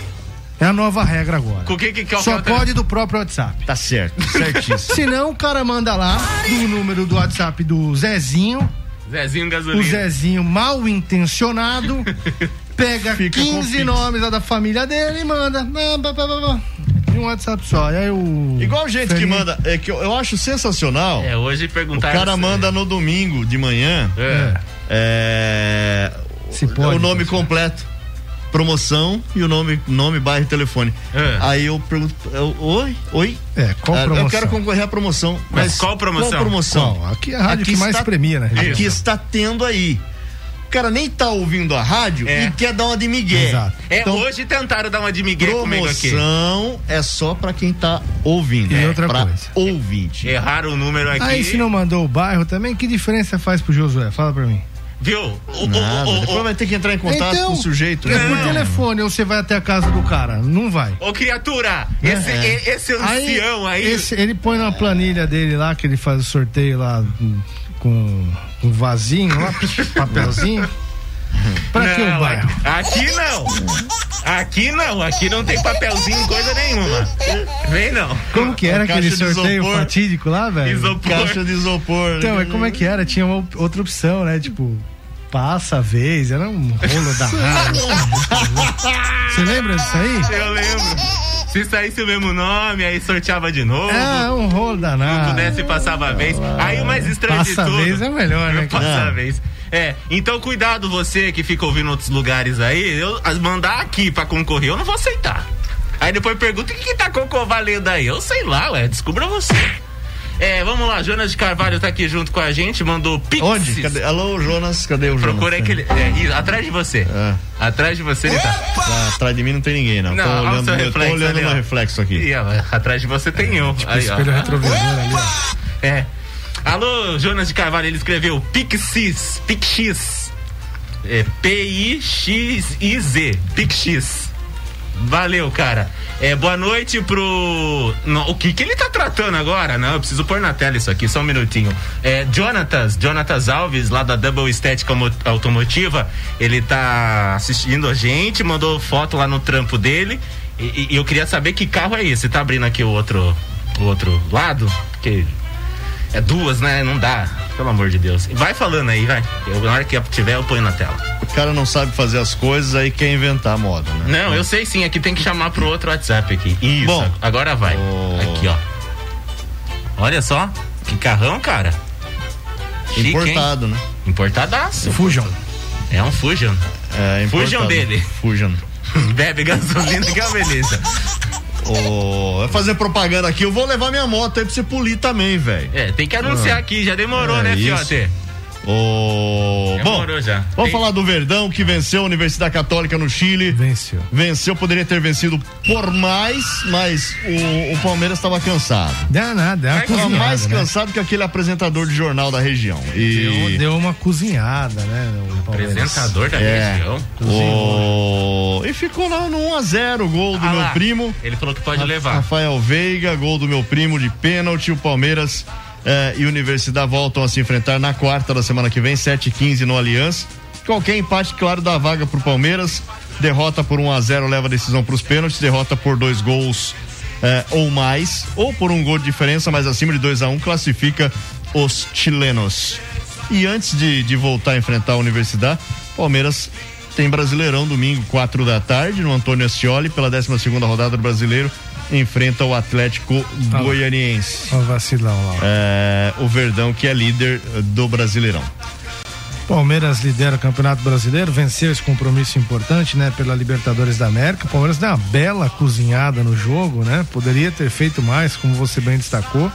Speaker 10: É a nova regra agora.
Speaker 8: Com o que que que é o
Speaker 10: Só
Speaker 8: que é o-
Speaker 10: pode do próprio WhatsApp.
Speaker 4: Tá certo, certíssimo.
Speaker 10: Se não, o cara manda lá do número do WhatsApp do Zezinho.
Speaker 8: Zezinho
Speaker 10: O
Speaker 8: gasolina.
Speaker 10: Zezinho mal intencionado pega
Speaker 4: Fica com
Speaker 10: 15
Speaker 4: o
Speaker 10: nomes lá da família dele e manda. Ah, pá, pá, pá, pá. De um WhatsApp só. E aí o.
Speaker 4: Igual gente que
Speaker 10: Felipe-
Speaker 4: manda, é que eu, eu acho sensacional.
Speaker 8: É, hoje
Speaker 4: o
Speaker 8: perguntaram.
Speaker 4: cara
Speaker 8: se-
Speaker 4: manda no domingo de manhã
Speaker 8: É.
Speaker 4: é,
Speaker 10: Se
Speaker 4: o
Speaker 10: pode,
Speaker 4: nome completo, promoção e o nome, nome bairro e telefone.
Speaker 8: É.
Speaker 4: Aí eu pergunto, eu, oi, oi.
Speaker 10: É, qual
Speaker 4: Ah,
Speaker 10: promoção?
Speaker 4: Eu quero concorrer à promoção.
Speaker 8: Mas qual promoção?
Speaker 4: Qual promoção?
Speaker 10: Qual? Aqui é a rádio que mais premia, né?
Speaker 4: Aqui
Speaker 8: Isso.
Speaker 4: está tendo aí. O cara nem tá ouvindo a rádio
Speaker 8: É.
Speaker 4: e quer dar uma de migué.
Speaker 10: Exato.
Speaker 8: É,
Speaker 4: Então,
Speaker 8: hoje tentaram dar uma de Miguel comigo aqui.
Speaker 4: promoção é só pra quem tá ouvindo.
Speaker 10: E
Speaker 4: é
Speaker 10: outra
Speaker 4: pra
Speaker 10: coisa.
Speaker 4: ouvinte.
Speaker 8: Erraram o número aqui.
Speaker 10: Aí se não mandou o bairro também, que diferença faz pro Josué? Fala pra mim.
Speaker 8: Viu? O- o-
Speaker 4: Nada.
Speaker 8: o- o-
Speaker 4: Depois vai ter que entrar Tá em contato com o sujeito.
Speaker 10: É
Speaker 4: né?
Speaker 10: por telefone ou você vai até a casa do cara? Não vai. É.
Speaker 8: Ô, criatura, esse, e- esse
Speaker 10: Aí,
Speaker 8: ancião aí.
Speaker 10: esse- ele põe na planilha dele lá, que ele faz o sorteio lá hum, com um vasinho lá, papelzinho. Pra que o
Speaker 8: Não,
Speaker 10: bairro?
Speaker 8: Aqui aqui não. Aqui não. Aqui não tem papelzinho, coisa nenhuma. Vem não.
Speaker 10: Como que era
Speaker 4: Uma caixa
Speaker 10: aquele
Speaker 4: de
Speaker 10: sorteio
Speaker 4: isopor.
Speaker 10: fatídico lá, velho?
Speaker 8: Isopor.
Speaker 4: Caixa de isopor.
Speaker 10: Então,
Speaker 4: né?
Speaker 10: é como é que era? Tinha uma op- outra opção, né? Tipo, passa a vez, era um rolo da raiva. Você lembra disso aí?
Speaker 8: Eu lembro. Se saísse o mesmo nome, aí sorteava de novo.
Speaker 10: É, um rolo
Speaker 8: não
Speaker 10: danado.
Speaker 8: pudesse né, passava a vez. Aí o mais estranho de
Speaker 10: Passa a
Speaker 8: tudo.
Speaker 10: vez é melhor, né? cara?
Speaker 8: Passa a vez. É, então cuidado você que fica ouvindo outros lugares aí. Eu as mandar aqui pra concorrer, eu não vou aceitar. Aí depois pergunta o que, que tá concorrendo aí. Eu sei lá, ué, descubra você. É, vamos lá, Jonas de Carvalho tá aqui junto com a gente, mandou pix.
Speaker 4: Onde? Cadê? Alô, Jonas, cadê o Jonas?
Speaker 8: Procura aquele. É, isso, atrás de você. Atrás de você ele tá.
Speaker 4: Ah, atrás de mim não tem ninguém, não.
Speaker 8: Não,
Speaker 4: tô
Speaker 8: olha o
Speaker 4: olhando,
Speaker 8: seu
Speaker 4: eu
Speaker 8: reflexo
Speaker 4: tô olhando
Speaker 8: ali, ó.
Speaker 4: no reflexo aqui.
Speaker 8: Ih, ó, atrás de você tem eu.
Speaker 4: tipo
Speaker 8: Aí, ó.
Speaker 4: espelho
Speaker 10: retrovisor ali,
Speaker 8: É. Alô, Jonas de Carvalho, ele escreveu Pixis, Pixis. É P-I-X-I-Z, Pixis. Valeu, cara. É, boa noite pro. Não, o que que ele tá tratando agora? Não, eu preciso pôr na tela isso aqui, só um minutinho. É, Jonatas, Jonatas Alves, lá da Double Estética Mo- Automotiva, ele tá assistindo a gente, mandou foto lá no trampo dele. E, e eu queria saber que carro é esse. Tá abrindo aqui o outro, o outro lado? Porque é duas, né? Não dá. Pelo amor de Deus. Vai falando aí, vai. Eu, na hora que tiver, eu ponho na tela.
Speaker 4: O cara não sabe fazer as coisas, aí quer inventar moda, né?
Speaker 8: Não, eu sei sim, aqui tem que chamar pro outro WhatsApp aqui. Isso, Bom, agora vai.
Speaker 4: Oh.
Speaker 8: Aqui, ó. Olha só, que carrão, cara. Chique,
Speaker 4: Importado,
Speaker 8: hein?
Speaker 4: né?
Speaker 8: Importadaço.
Speaker 10: Fusion.
Speaker 8: É um Fusion.
Speaker 4: É, importado.
Speaker 8: Fusion dele.
Speaker 4: Fusion.
Speaker 8: Bebe gasolina que é uma beleza.
Speaker 4: Ô, vai fazer propaganda aqui, eu vou levar minha moto aí pra você polir também, velho.
Speaker 8: É, tem que
Speaker 4: Ah.
Speaker 8: anunciar aqui, já demorou, né, Fiote?
Speaker 4: É, Ô, bom,
Speaker 8: Demorou já.
Speaker 4: vamos falar do Verdão que venceu a Universidade Católica no Chile.
Speaker 10: Venceu.
Speaker 4: Venceu, poderia ter vencido por mais, mas o, o Palmeiras estava cansado.
Speaker 10: Dá nada, é uma
Speaker 4: Tava
Speaker 10: cozinhada,
Speaker 4: mais
Speaker 10: né?
Speaker 4: cansado que aquele apresentador de jornal da região.
Speaker 10: Deu,
Speaker 4: E
Speaker 10: deu uma cozinhada, né? O Palmeiras.
Speaker 8: Apresentador da
Speaker 4: É.
Speaker 8: região.
Speaker 4: O- E ficou lá no 1x0, gol do
Speaker 8: Ah
Speaker 4: meu
Speaker 8: lá,
Speaker 4: primo.
Speaker 8: Ele falou que pode
Speaker 4: Ra-
Speaker 8: levar.
Speaker 4: Rafael Veiga, gol do meu primo de pênalti. O Palmeiras eh, e Universidade voltam a se enfrentar na quarta da semana que vem, 7h15 no Aliança. Qualquer empate, claro, dá vaga pro Palmeiras. Derrota por 1 a 0 leva a decisão pros pênaltis. Derrota por dois gols eh, ou mais, ou por um gol de diferença, mas acima de 2 a 1 classifica os chilenos. E antes de, de voltar a enfrentar a Universidade, Palmeiras tem Brasileirão domingo, 4 da tarde, no Antônio Ascioli, pela 12 segunda rodada do Brasileiro, enfrenta o Atlético
Speaker 10: lá.
Speaker 4: Goianiense.
Speaker 10: Ó, o vacilão lá.
Speaker 4: É, o Verdão que é líder eh, do Brasileirão.
Speaker 10: Palmeiras lidera o Campeonato Brasileiro, venceu esse compromisso importante, né, pela Libertadores da América. O Palmeiras deu uma bela cozinhada no jogo, né? Poderia ter feito mais, como você bem destacou,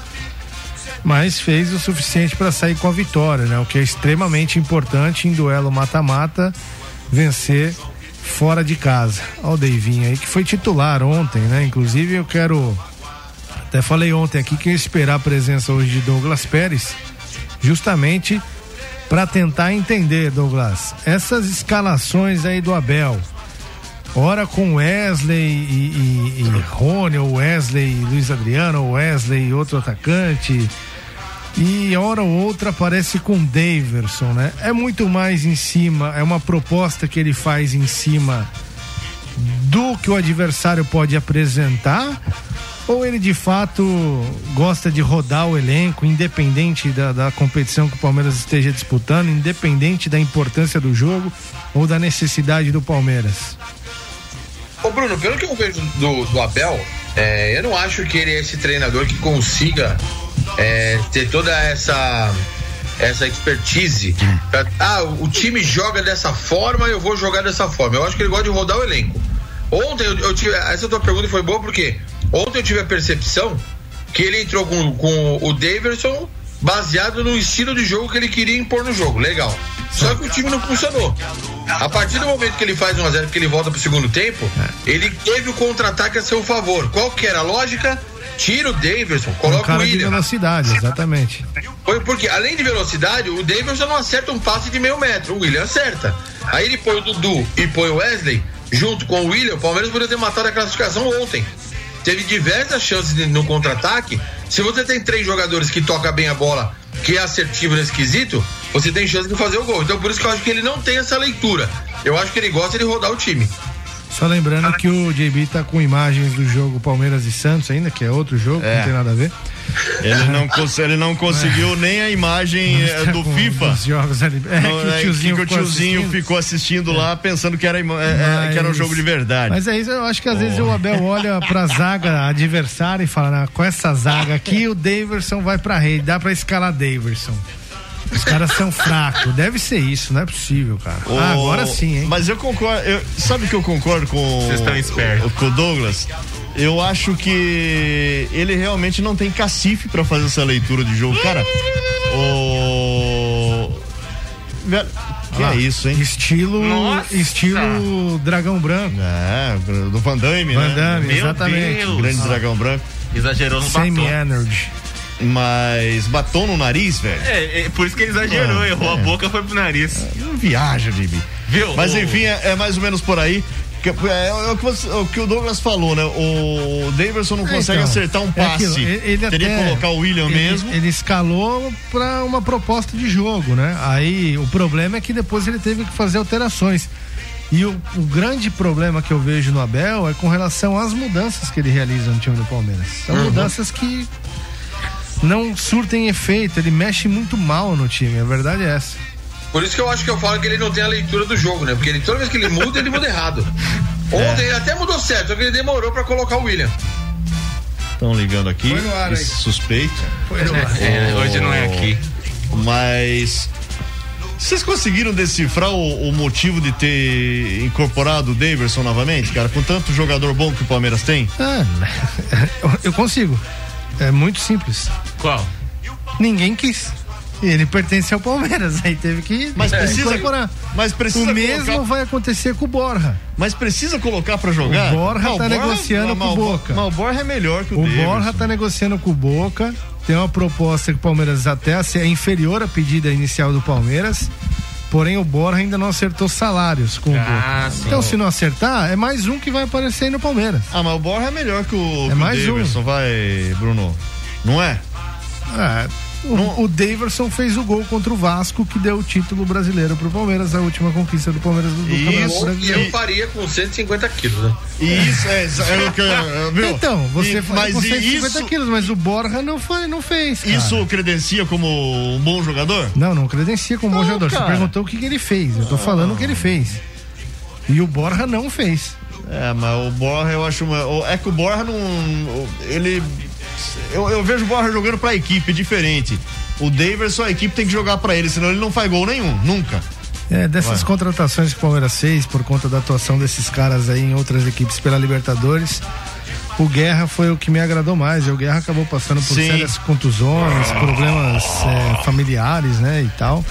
Speaker 10: mas fez o suficiente para sair com a vitória, né? O que é extremamente importante em duelo mata-mata, vencer fora de casa. Ó o Deivinho aí que foi titular ontem, né? Inclusive eu quero até falei ontem aqui que eu ia esperar a presença hoje de Douglas Pérez, justamente para tentar entender, Douglas, essas escalações aí do Abel. Ora com Wesley e, e, e Rony, ou Wesley e Luiz Adriano, ou Wesley e outro atacante. E hora ou outra aparece com Daverson, né? É muito mais em cima, é uma proposta que ele faz em cima do que o adversário pode apresentar? Ou ele de fato gosta de rodar o elenco, independente da, da competição que o Palmeiras esteja disputando, independente da importância do jogo ou da necessidade do Palmeiras?
Speaker 7: Ô Bruno, pelo que eu vejo do, do Abel, é, eu não acho que ele é esse treinador que consiga é, ter toda essa essa expertise. pra- ah, o time joga dessa forma, eu vou jogar dessa forma. Eu acho que ele gosta de rodar o elenco. Ontem eu, eu tive. Essa tua pergunta foi boa porque ontem eu tive a percepção que ele entrou com, com o Daverson baseado no estilo de jogo que ele queria impor no jogo. Legal. Só que o time não funcionou. A partir do momento que ele faz 1x0, que ele volta pro segundo tempo,
Speaker 10: É.
Speaker 7: ele teve o contra-ataque a seu favor. Qual que era a lógica? Tira o Daverson,
Speaker 10: Um
Speaker 7: coloca o
Speaker 10: cara de
Speaker 7: William.
Speaker 10: velocidade, exatamente.
Speaker 7: Foi porque, além de velocidade, o Davidson não acerta um passe de meio metro. O William acerta. Aí ele põe o Dudu e põe o Wesley junto com o William. O Palmeiras poderia ter matado a classificação ontem. Teve diversas chances de- no contra-ataque. Se você tem três jogadores que toca bem a bola, que é assertivo nesse quesito, você tem chance de fazer o gol. Então, por isso que eu acho que ele não tem essa leitura. Eu acho que ele gosta de rodar o time.
Speaker 10: Só lembrando que o JB tá com imagens do jogo Palmeiras e Santos ainda, que é outro jogo,
Speaker 4: É.
Speaker 10: não tem nada a ver.
Speaker 4: Ele não, cons- ele não conseguiu nem a imagem eh, do
Speaker 10: É. Com
Speaker 4: FIFA.
Speaker 10: os jogos ali. É,
Speaker 4: Não,
Speaker 10: que o tiozinho,
Speaker 4: que o
Speaker 10: ficou
Speaker 4: tiozinho
Speaker 10: assistindo. É.
Speaker 4: ficou assistindo lá pensando que era, ima- eh, eh, que era um
Speaker 10: Mas-
Speaker 4: jogo de verdade. Oh.
Speaker 10: Mas é isso, eu acho que às vezes o Abel olha pra zaga adversária e fala, "Não, com essa zaga aqui o Daverson vai pra rede, dá pra escalar Daverson. Os caras são fracos, deve ser isso, não é possível, cara.
Speaker 4: Ô,
Speaker 10: Ah, agora sim, hein?
Speaker 4: Mas eu concordo. eu- sabe que eu concordo com.
Speaker 8: Vocês estão espertos.
Speaker 4: o- Com o Douglas? Eu acho que ele realmente não tem cacife pra fazer essa leitura de jogo. Cara, o. Velho, Que é isso, hein?
Speaker 10: Estilo. Estilo dragão branco.
Speaker 4: É, do Van Damme,
Speaker 10: Van
Speaker 4: né?
Speaker 10: Damme, Meu exatamente. Deus.
Speaker 4: Grande dragão branco.
Speaker 8: Exagerou no Same batom.
Speaker 10: energy.
Speaker 4: Mas batom no nariz, velho?
Speaker 8: É, é, por isso que ele exagerou,
Speaker 4: Ah,
Speaker 8: errou a
Speaker 4: é.
Speaker 8: boca, foi pro nariz.
Speaker 4: Viaja, Bibi.
Speaker 8: Viu?
Speaker 4: Mas
Speaker 8: O-
Speaker 4: enfim, é, é mais ou menos por aí. Que- É, é o, que você- é o que o Douglas falou, né? O Davidson não
Speaker 10: É,
Speaker 4: consegue
Speaker 10: então,
Speaker 4: acertar um
Speaker 10: é aquilo,
Speaker 4: passe.
Speaker 10: e- ele
Speaker 4: Teria
Speaker 10: até-
Speaker 4: que colocar o William
Speaker 10: ele-
Speaker 4: mesmo.
Speaker 10: Ele escalou para uma proposta de jogo, né? Aí o problema é que depois ele teve que fazer alterações. E o, o grande problema que eu vejo no Abel é com relação às mudanças que ele realiza no time do Palmeiras. São
Speaker 15: Uhum.
Speaker 10: mudanças que não surtem efeito, ele mexe muito mal no time, a verdade é essa.
Speaker 7: Por isso que eu acho que eu falo que ele não tem a leitura do jogo, né? Porque ele, toda vez que ele muda, ele muda errado. Ontem ele até mudou certo, só que ele demorou pra colocar o William.
Speaker 4: Estão ligando aqui.
Speaker 7: Foi no ar,
Speaker 4: esse
Speaker 7: hein?
Speaker 4: Suspeito.
Speaker 7: Foi no ar.
Speaker 8: É, hoje não é aqui.
Speaker 4: Mas. Vocês conseguiram decifrar o, o motivo de ter incorporado o Davidson novamente, cara? Com tanto jogador bom que o Palmeiras tem?
Speaker 10: Ah, eu- eu consigo. É muito simples.
Speaker 8: Qual?
Speaker 10: Ninguém quis. E Ele pertence ao Palmeiras, aí teve que
Speaker 4: Mas precisa-
Speaker 10: incorporar.
Speaker 4: mas precisa
Speaker 10: o mesmo
Speaker 4: colocar-
Speaker 10: vai acontecer com o Borra.
Speaker 4: Mas precisa colocar pra jogar?
Speaker 10: O Borja
Speaker 4: Não,
Speaker 10: tá negociando com o
Speaker 4: Mal-
Speaker 10: Boca.
Speaker 4: Mal- Borja é melhor que o,
Speaker 10: O
Speaker 4: Davidson.
Speaker 10: Borra tá negociando com o Boca. Tem uma proposta que o Palmeiras até ace- é inferior à pedida inicial do Palmeiras. Porém, o Borra ainda não acertou salários com o
Speaker 4: Ah,
Speaker 10: Boca.
Speaker 4: sim.
Speaker 10: Então, se não acertar, é mais um que vai aparecer aí no Palmeiras.
Speaker 4: Ah, mas o Borja é melhor que o, que o
Speaker 10: mais um.
Speaker 4: Davidson, vai, Bruno. Não é?
Speaker 10: É, o, o Daverson fez o gol contra o Vasco, que deu o título brasileiro pro Palmeiras, a última conquista do Palmeiras do, do Campeonato
Speaker 7: Ou que
Speaker 10: Brasileiro.
Speaker 7: eu faria com 150 quilos, né?
Speaker 4: Isso, é, é o que eu- viu?
Speaker 10: Então, você
Speaker 4: E-
Speaker 10: faz
Speaker 4: mas
Speaker 10: com
Speaker 4: e
Speaker 10: 150
Speaker 4: isso-
Speaker 10: quilos, mas o Borja não, foi, não fez. É, cara.
Speaker 4: Isso o credencia como um bom jogador?
Speaker 10: Não, não credencia como um bom jogador.
Speaker 4: cara.
Speaker 10: Você perguntou o que, que ele fez. Eu tô falando o que ele fez. E o Borja não fez.
Speaker 4: É, mas o Borja eu acho uma. o- É que o Borja não. o- Ele. Eu, eu vejo o Borja jogando pra equipe, diferente. O Daverson, a equipe tem que jogar pra ele, senão ele não faz gol nenhum, nunca.
Speaker 10: É, dessas
Speaker 4: Ué.
Speaker 10: contratações que o Palmeiras fez, por conta da atuação desses caras aí em outras equipes pela Libertadores, o Guerra foi o que me agradou mais. E O Guerra acabou passando por
Speaker 4: Sim. Ah.
Speaker 10: sérias contusões, problemas é, familiares, né, e tal.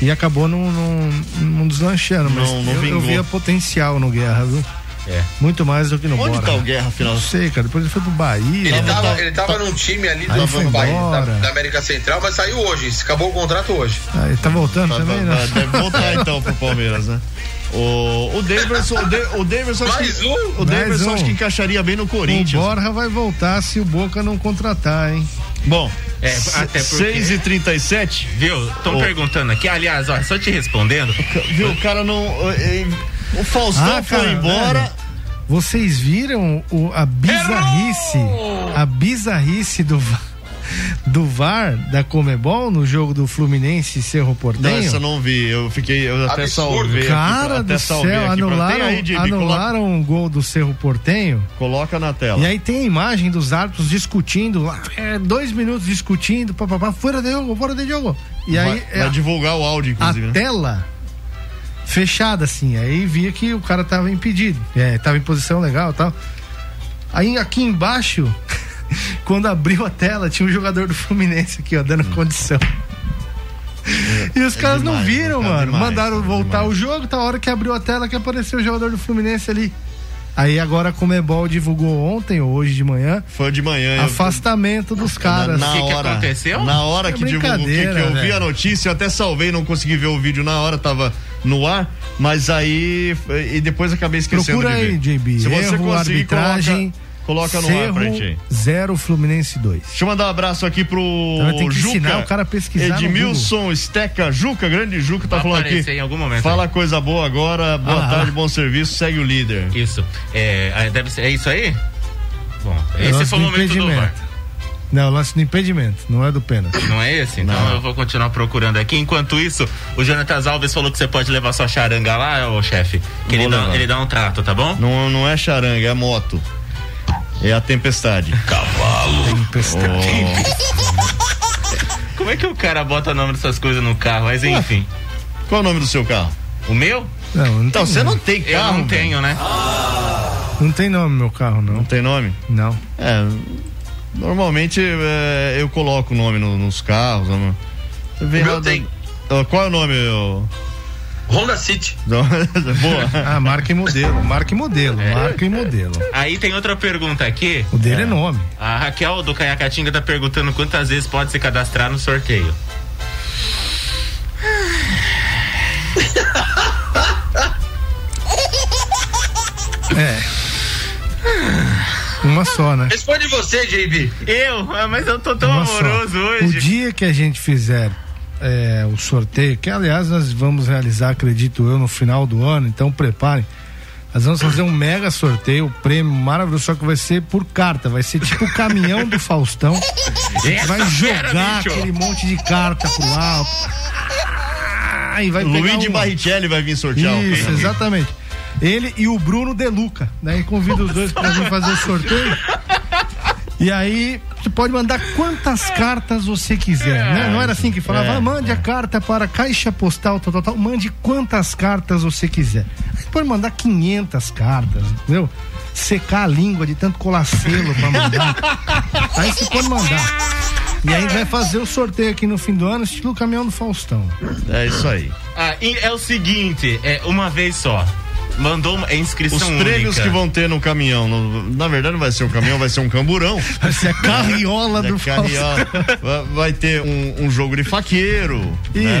Speaker 10: E acabou não, não, não deslanchando, mas
Speaker 4: Não- não
Speaker 10: eu, eu
Speaker 4: vingou.
Speaker 10: via potencial no Guerra, viu?
Speaker 8: É.
Speaker 10: Muito mais do que no
Speaker 4: Onde
Speaker 10: Bora.
Speaker 4: tá o Guerra, afinal?
Speaker 10: Não sei, cara. Depois ele foi pro Bahia. né? Tá-
Speaker 7: Ele
Speaker 4: tá,
Speaker 7: tava, ele tava num time ali
Speaker 10: Aí
Speaker 7: do
Speaker 10: foi
Speaker 7: do país, da,
Speaker 10: embora.
Speaker 7: da América Central, mas saiu hoje. Acabou o contrato hoje.
Speaker 10: Ah, ele tá voltando
Speaker 4: Tá-
Speaker 10: também,
Speaker 4: tá-
Speaker 10: né?
Speaker 4: tá- deve voltar então pro Palmeiras, né? O, o Daverson, o, Da- o Daverson acho
Speaker 7: Mais
Speaker 4: que,
Speaker 7: um?
Speaker 4: o
Speaker 10: Mais
Speaker 4: Daverson
Speaker 10: um.
Speaker 4: acho que encaixaria bem no
Speaker 10: O
Speaker 4: Corinthians.
Speaker 10: Borja vai voltar se o Boca não contratar, hein?
Speaker 4: Bom,
Speaker 8: É, até porque-
Speaker 4: 6 e 37
Speaker 8: Viu? Estão
Speaker 4: Ô.
Speaker 8: perguntando aqui. Aliás, ó, só te respondendo.
Speaker 4: Viu, o cara não. eh, eh, O Faustão
Speaker 10: Ah,
Speaker 4: foi
Speaker 10: cara,
Speaker 4: embora.
Speaker 10: velho, Vocês viram o- a bizarrice, a bizarrice do va- do VAR da Comebol no jogo do Fluminense e Cerro
Speaker 4: Não,
Speaker 10: Portenho?
Speaker 4: essa eu não vi. Eu fiquei. Eu até salvei. aqui,
Speaker 10: Cara
Speaker 4: até
Speaker 10: do
Speaker 4: salvei
Speaker 10: céu,
Speaker 4: aqui pra-
Speaker 10: anularam,
Speaker 4: Tem aí, Didi, coloca-
Speaker 10: anularam um gol do Cerro Portenho.
Speaker 4: Coloca na tela.
Speaker 10: E aí tem a imagem dos árbitros discutindo, lá, é, dois minutos discutindo, papapá, fora de jogo, fora de jogo. E aí
Speaker 4: vai,
Speaker 10: é,
Speaker 4: vai divulgar o áudio,
Speaker 10: a
Speaker 4: inclusive. né?
Speaker 10: tela fechada, assim. Aí via que o cara tava impedido. É, tava em posição legal e tal. Aí aqui embaixo, quando abriu a tela, tinha um jogador do Fluminense aqui, ó, dando condição. E os
Speaker 4: Hum. É
Speaker 10: caras não
Speaker 4: demais,
Speaker 10: viram,
Speaker 4: cara,
Speaker 10: mano.
Speaker 4: demais,
Speaker 10: Mandaram
Speaker 4: cara,
Speaker 10: voltar
Speaker 4: demais.
Speaker 10: o jogo, tá a hora que abriu a tela que apareceu o jogador do Fluminense ali. Aí agora a Comebol divulgou ontem ou hoje de manhã
Speaker 4: Foi de manhã. É, eu-
Speaker 10: afastamento dos caras.
Speaker 4: na hora, Na hora
Speaker 10: É
Speaker 4: que divulgou, que, que eu
Speaker 10: brincadeira,
Speaker 4: vi a
Speaker 10: velho.
Speaker 4: notícia, eu até salvei, não consegui ver o vídeo na hora, tava no ar, mas aí. E depois acabei esquecendo
Speaker 10: Procura
Speaker 4: de ver.
Speaker 10: aí, JB.
Speaker 4: Se você
Speaker 10: Erro,
Speaker 4: conseguir,
Speaker 10: arbitragem.
Speaker 4: coloca, coloca no ar
Speaker 10: Cerro,
Speaker 4: pra gente aí.
Speaker 10: Zero Fluminense 2.
Speaker 4: Deixa eu mandar um abraço aqui pro
Speaker 10: Então, tem que
Speaker 4: Juca.
Speaker 10: ensinar o cara a pesquisar no
Speaker 4: Edmilson Steca Juca, grande Juca, tá
Speaker 8: Vai
Speaker 4: falando aqui.
Speaker 8: aparecer em algum momento.
Speaker 4: Fala coisa boa agora, boa
Speaker 8: Ah, ah.
Speaker 4: tarde, bom serviço, segue o líder.
Speaker 8: Isso. É, aí deve ser, é isso aí? Bom,
Speaker 10: Lance
Speaker 4: é
Speaker 8: esse foi o
Speaker 10: do
Speaker 8: momento do VAR.
Speaker 10: É impedimento. Não, lance do impedimento, não é do pênalti.
Speaker 8: Não é esse? Então eu vou continuar procurando aqui. Enquanto isso, o Jonatas Alves falou que você pode levar sua charanga lá, ô chefe. Que ele
Speaker 4: Vou
Speaker 8: dá,
Speaker 4: levar.
Speaker 8: ele dá um trato, tá bom?
Speaker 4: Não, não é charanga, é moto. É a tempestade. Cavalo. Tempestade.
Speaker 8: Como é que o cara bota o nome dessas coisas no carro? Mas enfim.
Speaker 4: Qual é o nome do seu carro?
Speaker 8: O meu?
Speaker 10: Não,
Speaker 4: Então, você não tem
Speaker 8: Eu
Speaker 4: carro.
Speaker 8: não
Speaker 4: velho.
Speaker 8: tenho, né?
Speaker 10: Não tem nome meu carro, não. Não
Speaker 4: tem nome?
Speaker 10: Não.
Speaker 4: É, normalmente é, eu coloco o nome no- nos carros. né? Vem lá da- Ah, Qual é o nome? ô?
Speaker 7: Honda City.
Speaker 4: Boa. É.
Speaker 10: ah, marca e modelo, marca e modelo, marca e modelo.
Speaker 8: Aí tem outra pergunta aqui.
Speaker 10: O dele é nome.
Speaker 8: A Raquel do Caiacatinga tá perguntando quantas vezes pode se cadastrar no sorteio.
Speaker 10: É. Uma só, né?
Speaker 7: Responde você, JB.
Speaker 8: Eu? Ah, mas eu tô tão
Speaker 10: Uma só.
Speaker 8: amoroso
Speaker 10: O
Speaker 8: hoje.
Speaker 10: dia que a gente fizer é, o sorteio, que aliás nós vamos realizar, acredito eu, no final do ano, então preparem. Nós vamos fazer um mega sorteio, um prêmio maravilhoso, só que vai ser por carta, vai ser tipo o caminhão do Faustão. A gente vai
Speaker 4: Essa fera,
Speaker 10: jogar
Speaker 4: bicho.
Speaker 10: aquele monte de carta pro lá. Ai, vai
Speaker 4: Luiz
Speaker 10: pegar
Speaker 4: de
Speaker 10: um-
Speaker 4: Barrichelli vai vir sortear um o
Speaker 10: Isso,
Speaker 4: prêmio.
Speaker 10: exatamente. Ele e o Bruno Deluca. Daí convida os dois pra gente fazer o sorteio. E aí, você pode mandar quantas cartas você quiser, né? Não era assim que falava,
Speaker 15: É,
Speaker 10: "Ah, mande a carta para caixa postal, tal, tal, tal. Mande quantas cartas você quiser. Aí Você pode mandar 500 cartas, entendeu? Secar a língua de tanto colar selo pra mandar. aí você pode mandar. E aí vai fazer o sorteio aqui no fim do ano, estilo caminhão do Faustão.
Speaker 4: É isso aí.
Speaker 8: Ah, e é o seguinte, é uma vez só. Mandou uma é inscrição
Speaker 4: Os prêmios
Speaker 8: única.
Speaker 4: que vão ter no caminhão, no- na verdade não vai ser um caminhão, vai ser um camburão. Vai
Speaker 10: ser a
Speaker 4: É
Speaker 10: carriola É do
Speaker 4: Vai, vai ter um, um jogo de faqueiro. né?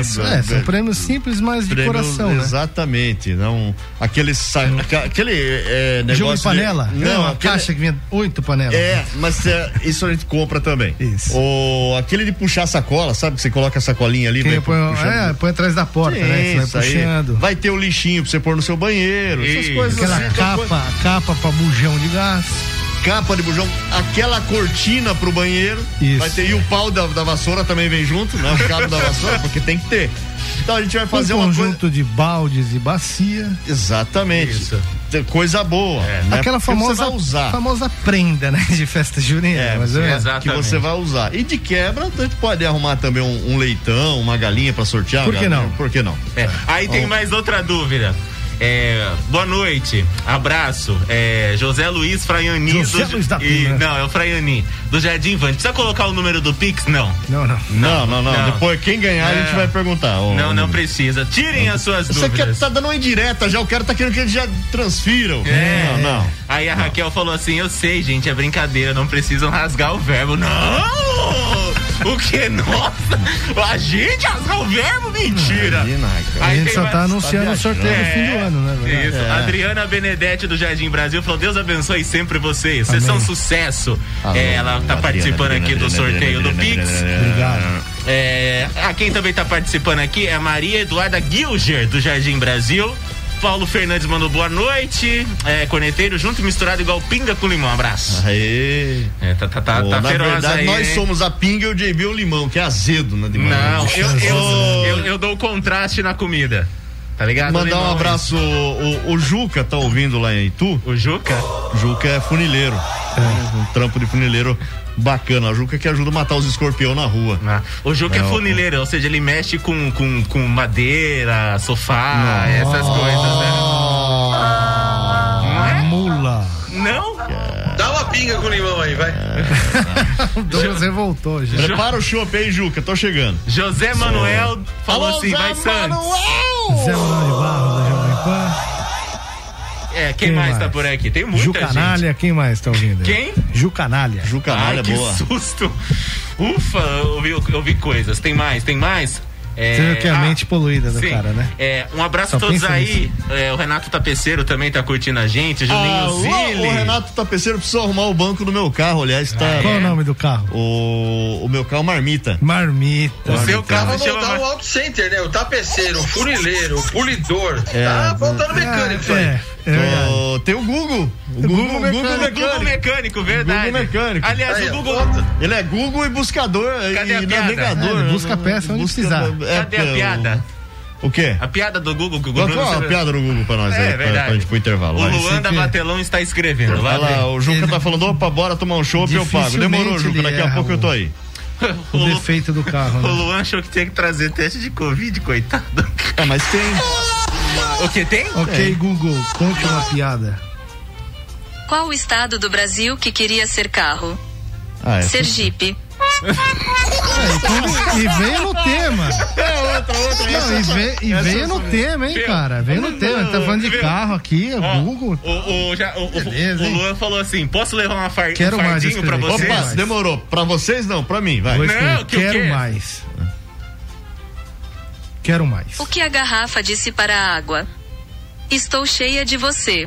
Speaker 10: Isso, é, são prêmios simples, mas de
Speaker 4: Prêmios-
Speaker 10: coração, né?
Speaker 4: Exatamente, não aquele sa- aca- aquele é, negócio
Speaker 10: Jogo de panela?
Speaker 4: não,
Speaker 10: a
Speaker 4: aquele-
Speaker 10: caixa que vinha oito panelas. né?
Speaker 4: É, mas é, isso a gente compra também. Isso. O, aquele de puxar a sacola, sabe? Que você coloca a sacolinha ali,
Speaker 10: Quem
Speaker 4: vem
Speaker 10: põe,
Speaker 4: puxando.
Speaker 10: é, põe atrás da porta, né? Que
Speaker 4: Isso
Speaker 10: Você vai
Speaker 4: aí.
Speaker 10: puxando.
Speaker 4: Vai ter o lixinho pra você pôr no seu banheiro, essas coisas
Speaker 10: Aquela
Speaker 4: assim.
Speaker 10: capa, capa pra bujão de gás.
Speaker 4: Capa de bujão, aquela cortina pro banheiro.
Speaker 10: Isso.
Speaker 4: Vai ter e o pau da, da vassoura também vem junto, né? O cabo da vassoura, porque tem que ter. Então a gente vai fazer
Speaker 10: um
Speaker 4: uma coisa.
Speaker 10: conjunto de baldes e bacia.
Speaker 4: Exatamente. Tem Coisa boa. né?
Speaker 10: Aquela
Speaker 4: Porque
Speaker 10: famosa,
Speaker 4: Você vai usar.
Speaker 10: famosa prenda, né? De festa junina. mas é.
Speaker 4: Que você vai usar. E de quebra, a gente pode arrumar também um, um leitão, uma galinha pra sortear.
Speaker 8: Por que
Speaker 4: galinha,
Speaker 8: não?
Speaker 4: Por que não?
Speaker 8: É, Aí tem
Speaker 4: Bom.
Speaker 8: mais outra dúvida. É, boa noite, abraço. É, José Luiz Fraiani.
Speaker 10: José
Speaker 8: do,
Speaker 10: Luiz da
Speaker 8: e-
Speaker 10: Penha.
Speaker 8: Não, é o Fraiani. Do Jardim Vante. Precisa colocar o número do Pix? Não.
Speaker 10: Não, não.
Speaker 4: Não, não, não. Depois, quem ganhar, a gente vai perguntar. Ô,
Speaker 8: Não, não precisa. Tirem as suas
Speaker 4: Você
Speaker 10: é
Speaker 4: quer,
Speaker 8: dúvidas.
Speaker 4: tá dando uma indireta já, o cara tá querendo que eles já transfiram.
Speaker 8: É.
Speaker 4: Não, não.
Speaker 8: Aí a Raquel falou assim: Eu sei, gente, é brincadeira, não precisam rasgar o verbo. Não! O que? Nossa! A gente rasgar o verbo? Mentira!
Speaker 10: A
Speaker 8: Aí
Speaker 10: gente
Speaker 8: tem
Speaker 10: só
Speaker 8: mais-
Speaker 10: tá anunciando o sorteio no
Speaker 8: É,
Speaker 10: fim do ano, né? verdade?
Speaker 8: Isso. Adriana Benedetti do Jardim Brasil falou: Deus abençoe sempre vocês. Vocês são um
Speaker 10: Amém.
Speaker 8: sucesso.
Speaker 10: Amém.
Speaker 8: É, ela tá
Speaker 10: Ah, Adriana,
Speaker 8: participando
Speaker 10: Adriana,
Speaker 8: aqui do
Speaker 10: Adriana,
Speaker 8: sorteio do
Speaker 10: Adriana,
Speaker 8: Pix.
Speaker 10: Adriana, Obrigado.
Speaker 8: É, a quem também tá participando aqui é a Maria Eduarda Gilger do Jardim Brasil. Paulo Fernandes mandou boa noite. É, corneteiro junto e misturado igual pinga com limão. Abraço.
Speaker 4: Aê.
Speaker 8: É, tá, tá, tá,
Speaker 4: Ô,
Speaker 8: tá
Speaker 4: na
Speaker 8: feroz
Speaker 4: verdade,
Speaker 8: aí,
Speaker 4: nós
Speaker 8: hein?
Speaker 4: somos a pinga e o JB o limão, que é azedo, né? de manhã.
Speaker 8: Não, eu, eu,
Speaker 4: Ô,
Speaker 8: eu, eu dou o contraste na comida. Tá ligado?
Speaker 4: Mandar
Speaker 8: Limão,
Speaker 4: um abraço. O, o Juca tá ouvindo lá em Itu.
Speaker 8: O Juca? É.
Speaker 4: Juca é funileiro. Um trampo de funileiro bacana. A Juca que ajuda a matar os escorpião na rua.
Speaker 8: O Juca é
Speaker 4: Não,
Speaker 8: funileiro, ou seja, ele mexe com, com, com madeira, sofá, essas coisas, né?
Speaker 4: Ah.
Speaker 8: é?
Speaker 10: Mula.
Speaker 8: Não?
Speaker 7: Dá uma pinga com limão aí, vai.
Speaker 10: O Douglas revoltou, gente.
Speaker 4: Prepara o chopp aí, Juca, tô chegando.
Speaker 8: José Manuel falou
Speaker 4: Alô,
Speaker 8: assim,
Speaker 4: Zé
Speaker 8: vai Santos.
Speaker 10: Zé Manuel de Barro da Jovem Pan.
Speaker 8: É, quem, mais, tá por aqui? Tem muita
Speaker 10: Ju
Speaker 8: gente.
Speaker 10: Canalha, quem mais tá ouvindo? aí?
Speaker 8: Quem?
Speaker 10: Ju Canalha.
Speaker 4: Ju
Speaker 8: Ai, que susto. Ufa, eu vi, eu vi coisas. Tem mais, tem mais? É,
Speaker 10: Você viu que é a
Speaker 8: ah,
Speaker 10: mente poluída do
Speaker 8: sim.
Speaker 10: cara, né?
Speaker 8: É, um abraço a
Speaker 10: Só
Speaker 8: todos
Speaker 10: pensa
Speaker 8: aí. É, o Renato Tapeceiro também tá curtindo a gente. Juninho
Speaker 4: Alô,
Speaker 8: Zilli.
Speaker 4: o Renato Tapeceiro precisou arrumar o banco do meu carro, aliás, tá.
Speaker 10: Qual o nome do carro?
Speaker 4: O, o meu carro é Marmita.
Speaker 10: Marmita.
Speaker 4: O seu
Speaker 7: Tava
Speaker 10: então.
Speaker 7: montar o auto center, né? O tapeceiro, o funileiro, o polidor.
Speaker 4: É.
Speaker 7: Tá faltando mecânico
Speaker 10: é,
Speaker 7: isso aí.
Speaker 4: Tô- Tem o Google. O Google,
Speaker 8: Google mecânico. Google mecânico, verdade.
Speaker 4: Google mecânico.
Speaker 8: Aliás,
Speaker 4: Aí,
Speaker 8: o
Speaker 4: ó.
Speaker 8: Google.
Speaker 4: Ele é Google e buscador
Speaker 8: Cadê a
Speaker 4: e
Speaker 8: piada?
Speaker 4: navegador.
Speaker 10: É, ele busca a peça onde
Speaker 4: Tá.
Speaker 10: precisar.
Speaker 8: Cadê a piada?
Speaker 4: é, O quê?
Speaker 8: A piada do Google que o
Speaker 4: Qual
Speaker 8: Google.
Speaker 4: qual a piada do Google pra nós
Speaker 8: É,
Speaker 4: aí, pra,
Speaker 8: verdade.
Speaker 4: pra gente pro intervalo?
Speaker 8: O
Speaker 4: vai. é-
Speaker 8: Luan tá da Batelão está escrevendo.
Speaker 4: Vai
Speaker 8: Vai
Speaker 4: lá,
Speaker 8: ver.
Speaker 4: o Juca tá falando, opa, bora tomar um chopp, eu pago. Demorou,
Speaker 10: Dificilmente
Speaker 4: Juca,
Speaker 10: ele
Speaker 4: daqui a
Speaker 10: erra
Speaker 4: pouco eu tô aí.
Speaker 10: O defeito do carro,
Speaker 8: O
Speaker 10: né?
Speaker 8: Luan achou que tinha que trazer teste de Covid, coitado.
Speaker 4: É, mas tem.
Speaker 8: O que tem?
Speaker 10: Ok, Google, conte uma piada.
Speaker 15: Qual o estado do Brasil que queria ser carro?
Speaker 4: Ah, essa-
Speaker 15: Sergipe.
Speaker 10: Ah, então, E veio no tema.
Speaker 4: É outra, outra.
Speaker 10: Não, e, ve- e
Speaker 8: Essa
Speaker 10: veio
Speaker 8: eu
Speaker 10: no
Speaker 8: sou-
Speaker 10: tema, hein,
Speaker 8: Viu?
Speaker 10: cara? Veio no tema. Ele tá falando de
Speaker 8: Viu?
Speaker 10: carro aqui, é
Speaker 8: Ó,
Speaker 10: Google.
Speaker 8: O, o, já, o, o-
Speaker 10: Beleza,
Speaker 8: o
Speaker 10: hein?
Speaker 8: Luan falou assim: posso levar uma far,
Speaker 10: Quero
Speaker 8: um
Speaker 10: mais
Speaker 8: fardinho
Speaker 10: esse
Speaker 8: pra
Speaker 10: presente.
Speaker 8: vocês?
Speaker 10: Opa,
Speaker 4: demorou. Pra vocês não, pra mim, vai.
Speaker 10: Vou escrever,
Speaker 8: Não, que eu
Speaker 10: quero
Speaker 8: quero.
Speaker 10: mais. Quero mais.
Speaker 15: O que a garrafa disse para a água? Estou cheia de você.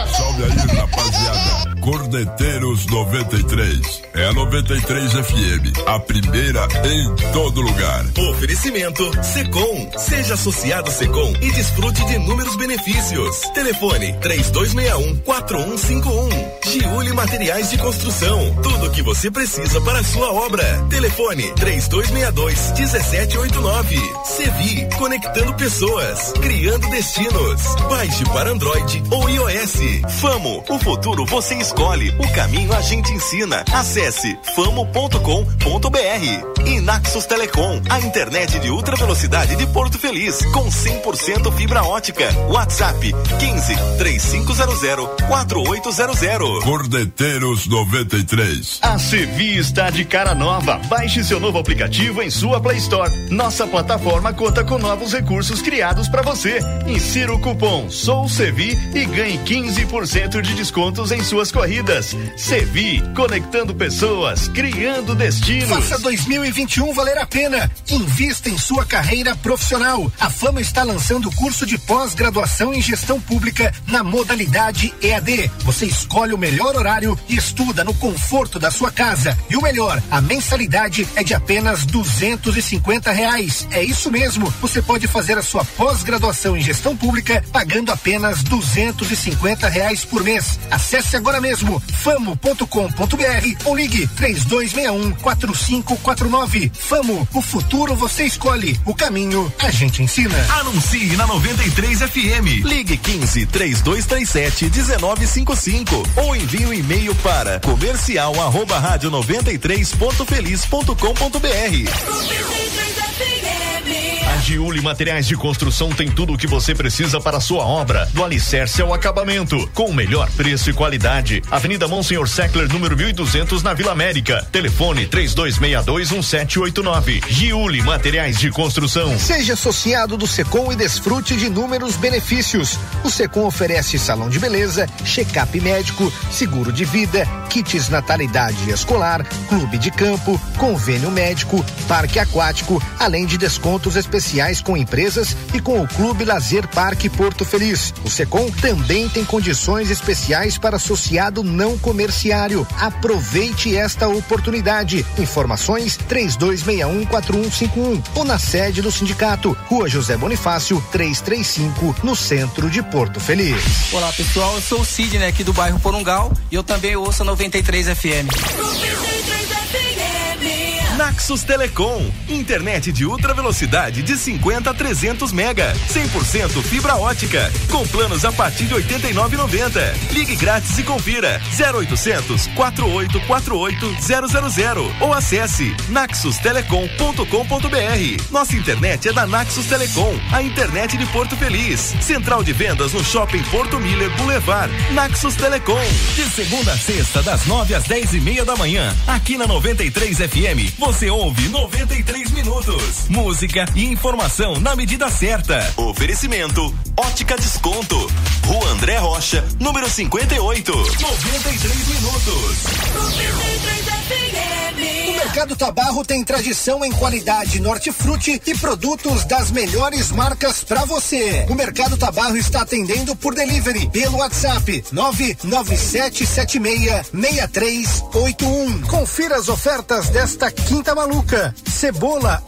Speaker 6: aí, rapaziada. Cordeteiros 93. É a 93 FM, a primeira em todo lugar.
Speaker 2: Oferecimento Secom. Seja associado Secom e desfrute de inúmeros benefícios. Telefone 3261-4151. Giuli Materiais de Construção. Tudo o que você precisa para a sua obra. Telefone 3262-1789. Sevi, conectando pessoas, criando destinos. Baixe para Android ou iOS. Famo, o futuro você escolhe, o caminho a gente ensina. Acesse famo.com.br. E Naxos Telecom, a internet de ultra velocidade de Porto Feliz, com 100% fibra ótica. WhatsApp 15 3500 4800.
Speaker 6: Cordeteiros 93.
Speaker 12: A Sevi está de cara nova. Baixe seu novo aplicativo em sua Play Store. Nossa plataforma conta com novos recursos criados para você. Insira o cupom Sou Sevi e ganhe 15% de descontos em suas corridas. Sevi, conectando pessoas, criando destinos.
Speaker 1: Faça 2021 valer a pena. Invista em sua carreira profissional. A Fama está lançando o curso de pós-graduação em gestão pública na modalidade EAD. Você escolhe o melhor horário e estuda no conforto da sua casa. E o melhor, a mensalidade é de apenas duzentos e cinquenta reais. É isso mesmo. Você pode fazer a sua pós-graduação em gestão pública pagando apenas duzentos e cinquenta reais por mês. Acesse agora mesmo famo.com.br ou ligue três dois um quatro cinco quatro nove. Famo, o futuro você escolhe, o caminho a gente ensina.
Speaker 2: Anuncie na 93 FM. Ligue 15 3237 1955 ou envie um e-mail para comercial arroba rádio 93.feliz.com.br.
Speaker 12: A Giuli Materiais de Construção tem tudo o que você precisa para a sua obra, do alicerce ao acabamento, com o melhor preço e qualidade. Avenida Monsenhor Seckler, número 1200, na Vila América. Telefone 32621789. Giuli Materiais de Construção.
Speaker 1: Seja associado do Secom e desfrute de inúmeros benefícios. O Secom oferece salão de beleza, check-up médico, seguro de vida, kits natalidade escolar, clube de campo, convênio médico, parque aquático, além de descontos especiais com empresas e com o Clube Lazer Parque Porto Feliz. O Secom também tem condições especiais para associado não comerciário. Aproveite esta oportunidade. Informações 32614151 ou na sede do sindicato, Rua José Bonifácio, 335, no centro de Porto Feliz.
Speaker 16: Olá pessoal, eu sou o Sidney aqui do bairro Porungal e eu também ouço a 93 FM.
Speaker 2: Naxos Telecom, internet de ultra velocidade de 50 a 300 mega, 100% fibra ótica, com planos a partir de 89,90. Ligue grátis e confira 0800 4848 000 ou acesse naxostelecom.com.br. Nossa internet é da Naxos Telecom, a internet de Porto Feliz. Central de vendas no Shopping Porto Miller Boulevard. Naxos Telecom, de segunda a sexta das 9 às 10 e meia da manhã, aqui na 93 FM. Você ouve 93 minutos. Música e informação na medida certa. Oferecimento Ótica Desconto. Rua André Rocha, número 58. 93 minutos.
Speaker 1: O Mercado Tabarro tem tradição em qualidade nortifruti e produtos das melhores marcas para você. O Mercado Tabarro está atendendo por delivery pelo WhatsApp 997766381. Confira as ofertas desta quinta maluca. Cebola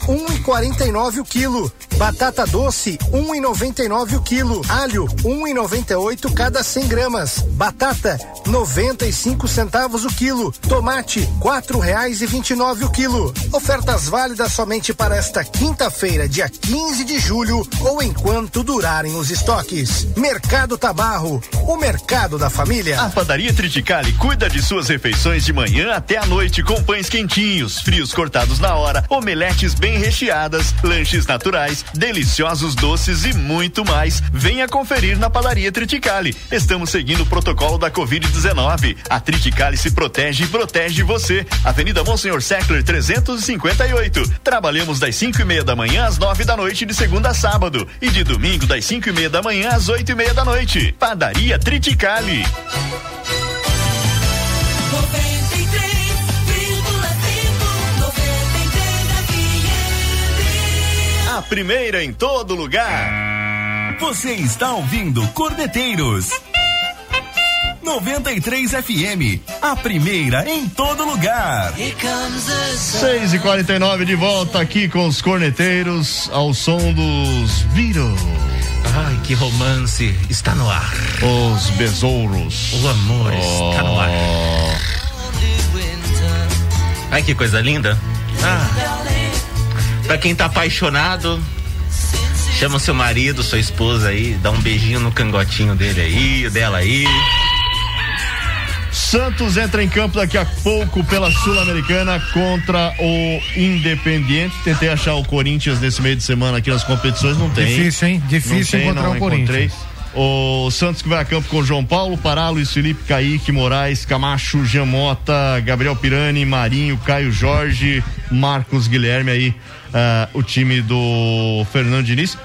Speaker 1: 1,49 o quilo, batata doce 1,99 o quilo, alho 1,98 cada 100 gramas, batata 95 centavos o quilo, tomate quatro reais e vinte e nove o quilo. Ofertas válidas somente para esta quinta-feira, dia 15 de julho ou enquanto durarem os estoques. Mercado Tabarro, o mercado da família.
Speaker 12: A padaria Triticale cuida de suas refeições de manhã até à noite com pães quentinhos, frios produtos cortados na hora, omeletes bem recheadas, lanches naturais, deliciosos doces e muito mais. Venha conferir na padaria Triticale. Estamos seguindo o protocolo da Covid-19. A Triticale se protege e protege você. Avenida Monsenhor Seckler 358. Trabalhamos das 5 e meia da manhã às 9 da noite de segunda a sábado e de domingo das 5 e meia da manhã às 8 e meia da noite. Padaria Triticale.
Speaker 3: 93,5
Speaker 12: A primeira em todo lugar.
Speaker 2: Você está ouvindo Cordeteiros 93 FM, a primeira em todo lugar.
Speaker 4: 6 e 49 de volta aqui com os corneteiros ao som dos Beatles.
Speaker 8: Ai, que romance está no ar.
Speaker 4: Os besouros.
Speaker 8: O amor está no ar. Oh. Ai, que coisa linda. Ah. Pra quem tá apaixonado, chama seu marido, sua esposa aí, dá um beijinho no cangotinho dele aí, dela aí.
Speaker 4: Santos entra em campo daqui a pouco pela Sul-Americana contra o Independiente. Tentei achar o Corinthians nesse meio de semana aqui nas competições, não tem.
Speaker 10: Difícil, hein? Difícil
Speaker 4: Não tem,
Speaker 10: encontrar
Speaker 4: não
Speaker 10: o Corinthians.
Speaker 4: encontrei. O Santos que vai a campo com o João Paulo, Pará, Luiz Felipe, Kaique, Moraes, Camacho, Jamota, Gabriel Pirani, Marinho, Caio Jorge, Marcos Guilherme aí, ah, o time do Fernando Diniz.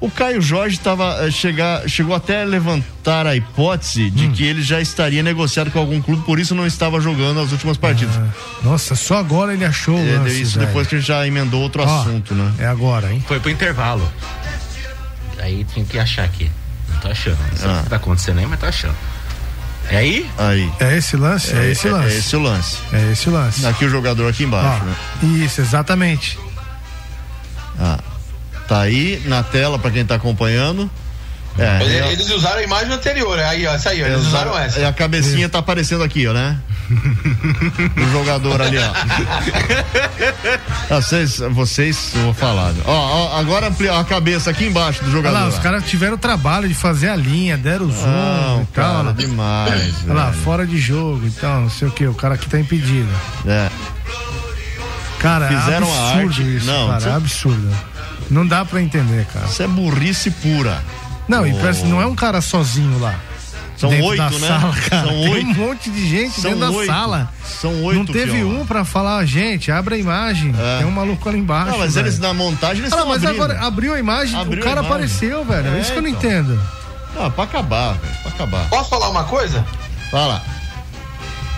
Speaker 4: O Caio Jorge tava, eh, chegar, chegou até a levantar a hipótese
Speaker 10: Hum.
Speaker 4: de que ele já estaria negociado com algum clube, por isso não estava jogando as últimas partidas.
Speaker 10: Ah, Nossa, só agora ele achou o
Speaker 4: É,
Speaker 10: lance,
Speaker 4: isso
Speaker 10: velho.
Speaker 4: depois que a gente já emendou outro
Speaker 10: Ó,
Speaker 4: assunto, né?
Speaker 10: É agora, hein?
Speaker 8: Foi pro intervalo. Aí tem que achar aqui. Não tô achando. Não
Speaker 4: Ah.
Speaker 8: sei o que tá acontecendo aí, mas tô achando. É aí?
Speaker 4: Aí.
Speaker 10: É esse lance? É, esse lance.
Speaker 4: É esse o lance.
Speaker 10: É esse o lance.
Speaker 4: Tá Aqui o jogador aqui embaixo,
Speaker 10: Ó,
Speaker 4: né?
Speaker 10: Isso, exatamente.
Speaker 4: Ah, tá aí na tela pra quem tá acompanhando. É,
Speaker 7: Ele-
Speaker 4: é-
Speaker 7: Eles usaram a imagem anterior, é aí, ó, essa aí, ó, eles usaram essa.
Speaker 4: é, a cabecinha tá aparecendo aqui, ó, né? o jogador ali, ó. Ah, vocês, vocês, eu vou falar. né? Ó, ó, agora ampliar a cabeça aqui embaixo do
Speaker 10: Olha
Speaker 4: jogador.
Speaker 10: lá, os
Speaker 4: ó.
Speaker 10: caras tiveram o trabalho de fazer a linha, deram o zoom
Speaker 4: Não,
Speaker 10: e tal.
Speaker 4: cara,
Speaker 10: olha lá.
Speaker 4: demais,
Speaker 10: Olha lá,
Speaker 4: velho.
Speaker 10: fora de jogo e tal, não sei o que. O cara aqui tá impedido.
Speaker 4: É.
Speaker 10: Cara, é
Speaker 4: Fizeram a
Speaker 10: absurdo
Speaker 4: arte.
Speaker 10: isso,
Speaker 4: Não,
Speaker 10: cara,
Speaker 4: isso é-
Speaker 10: absurdo. Não dá pra entender, cara.
Speaker 4: Isso é burrice pura.
Speaker 10: Não, e
Speaker 4: Oh.
Speaker 10: parece, não é um cara sozinho lá.
Speaker 4: São
Speaker 10: Dentro
Speaker 4: oito,
Speaker 10: da
Speaker 4: né?
Speaker 10: Sala, cara.
Speaker 4: São
Speaker 10: Tem
Speaker 4: oito.
Speaker 10: um monte de gente
Speaker 4: São
Speaker 10: dentro
Speaker 4: oito.
Speaker 10: da sala.
Speaker 4: São oito,
Speaker 10: Não teve
Speaker 4: Piola. É.
Speaker 10: um pra falar, gente, abre a imagem. Tem um maluco ali embaixo.
Speaker 4: Não, mas
Speaker 10: velho.
Speaker 4: eles na montagem eles
Speaker 10: Ah,
Speaker 4: estão
Speaker 10: mas
Speaker 4: abrindo.
Speaker 10: agora abriu a imagem,
Speaker 4: Abriu
Speaker 10: o
Speaker 4: a
Speaker 10: cara
Speaker 4: imagem.
Speaker 10: apareceu, velho. É
Speaker 4: É,
Speaker 10: isso que eu não
Speaker 4: então.
Speaker 10: entendo.
Speaker 4: Ah, pra acabar, velho, pra acabar.
Speaker 7: Posso falar uma coisa?
Speaker 4: Fala.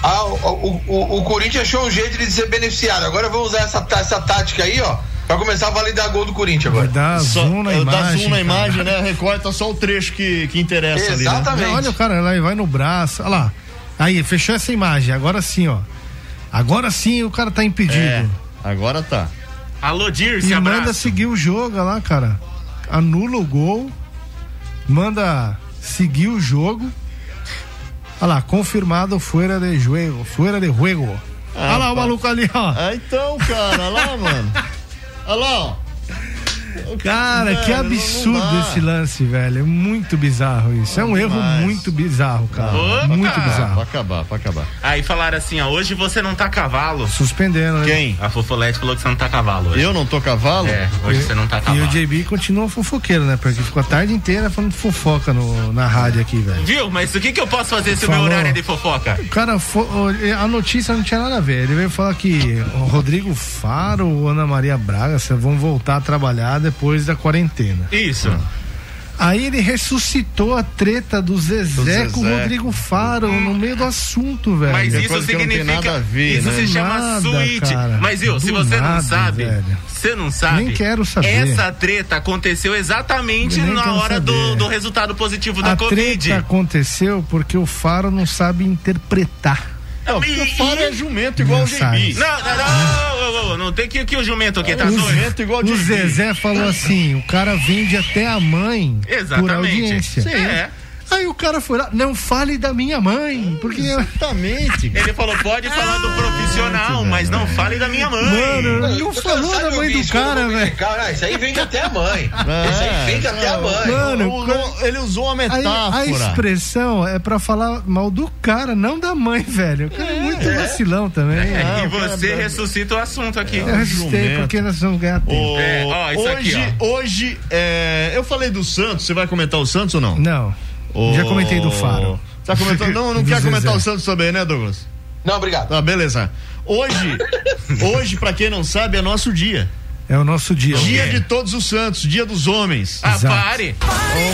Speaker 7: Ah, o, o- o- o Corinthians achou um jeito de ser beneficiado. Agora vamos usar essa, tá- essa tática aí, ó. Pra começar a validar gol do Corinthians agora.
Speaker 10: Dá zoom na
Speaker 4: é,
Speaker 10: imagem.
Speaker 4: Dá zoom na
Speaker 10: cara.
Speaker 4: imagem, né? Recorta só o trecho que, que interessa ali, né?
Speaker 10: Não, olha o cara, lá e vai no braço. Olha lá. Aí, fechou essa imagem. Agora sim, ó. Agora sim o cara tá impedido.
Speaker 4: É, agora tá.
Speaker 8: Alô, Dir,
Speaker 10: E
Speaker 8: se
Speaker 10: manda
Speaker 8: abraça.
Speaker 10: seguir o jogo olha lá, cara. Anula o gol. Manda seguir o jogo. Olha lá, confirmado fuera de jogo. Fuera de jogo. olha lá o maluco ali, ó.
Speaker 4: Ah, então, cara, olha lá, Ah, mano. Olha lá, ó.
Speaker 10: Cara, que
Speaker 4: Velho, não- não
Speaker 10: absurdo
Speaker 4: dá.
Speaker 10: esse lance, velho. É muito bizarro isso. É um erro muito bizarro, cara.
Speaker 8: Opa!
Speaker 10: Muito bizarro.
Speaker 4: Pra acabar, pra acabar.
Speaker 8: Aí falaram assim, ó, hoje você não tá cavalo.
Speaker 10: Suspendendo, né?
Speaker 4: Quem?
Speaker 8: A Fofolete falou que você não tá cavalo hoje.
Speaker 4: Eu não tô cavalo?
Speaker 8: É, hoje você não tá
Speaker 10: E o
Speaker 8: cavalo.
Speaker 10: JB continua fofoqueiro, né? Porque ficou a tarde inteira falando fofoca no, na rádio aqui, velho.
Speaker 8: Viu? Mas o que que eu posso fazer se o
Speaker 10: Falou.
Speaker 8: meu horário é de fofoca?
Speaker 10: O Cara, fo- a notícia não tinha nada a ver. Ele veio falar que o Rodrigo Faro ou Ana Maria Braga cê, vão voltar a trabalhar depois da quarentena.
Speaker 8: Isso.
Speaker 10: Aí ele ressuscitou a treta do Zezé,
Speaker 8: Do Zezé. É
Speaker 10: com o Rodrigo Faro no meio do assunto, velho.
Speaker 8: Mas isso significa. isso
Speaker 4: né?
Speaker 8: se chama
Speaker 10: Nada,
Speaker 8: suíte.
Speaker 10: cara.
Speaker 8: Mas viu, se
Speaker 10: Do
Speaker 8: você
Speaker 10: nada,
Speaker 8: não sabe,
Speaker 10: velho.
Speaker 8: você não sabe.
Speaker 10: Nem quero saber.
Speaker 8: Essa treta aconteceu exatamente
Speaker 10: Nem
Speaker 8: na
Speaker 10: quero
Speaker 8: hora do,
Speaker 10: saber.
Speaker 8: do resultado positivo da
Speaker 10: A
Speaker 8: Covid.
Speaker 10: treta aconteceu porque o Faro não sabe interpretar.
Speaker 4: Não, porque o Faro é jumento igual o
Speaker 10: Não sai.
Speaker 4: Gibi.
Speaker 8: Não, não, não, não, não, não tem que, que o jumento aqui, tá
Speaker 10: O Zé-
Speaker 8: doido?
Speaker 10: o Zezé falou assim: o cara vende até a mãe por
Speaker 8: Exatamente.
Speaker 10: audiência.
Speaker 8: Sim. É.
Speaker 10: Aí o cara foi lá, não fale da minha mãe, porque.
Speaker 4: Exatamente.
Speaker 8: Ele falou, pode falar do profissional, mas não fale da minha mãe.
Speaker 10: Mano, ele não falou da mãe do cara, velho.
Speaker 8: né?
Speaker 7: Cara, isso aí vende até a mãe. Isso
Speaker 3: é,
Speaker 7: aí vende até a mãe.
Speaker 10: Mano,
Speaker 4: O- o- ele usou uma
Speaker 10: Aí,
Speaker 4: metáfora.
Speaker 10: a expressão é pra falar mal do cara, não da mãe, velho. O cara é, muito muito vacilão também.
Speaker 8: É,
Speaker 10: Ah,
Speaker 8: e
Speaker 10: o cara
Speaker 8: você
Speaker 10: dá-
Speaker 8: ressuscita o assunto aqui.
Speaker 10: Eu resistei porque nós vamos ganhar tempo.
Speaker 4: Ô, é, hoje, hoje é, eu falei do Santos. Você vai comentar o Santos ou não?
Speaker 10: Não. Já comentei do Faro.
Speaker 4: Tá comentando? Não, não
Speaker 10: Do
Speaker 4: quer
Speaker 10: Zezé.
Speaker 4: comentar o Santos também, né, Douglas?
Speaker 7: Não, obrigado.
Speaker 4: Tá, beleza. Hoje, hoje para quem não sabe, é nosso dia.
Speaker 10: É o nosso dia.
Speaker 4: Dia de todos os santos, dia dos homens.
Speaker 10: Ah, Exato.
Speaker 4: pare!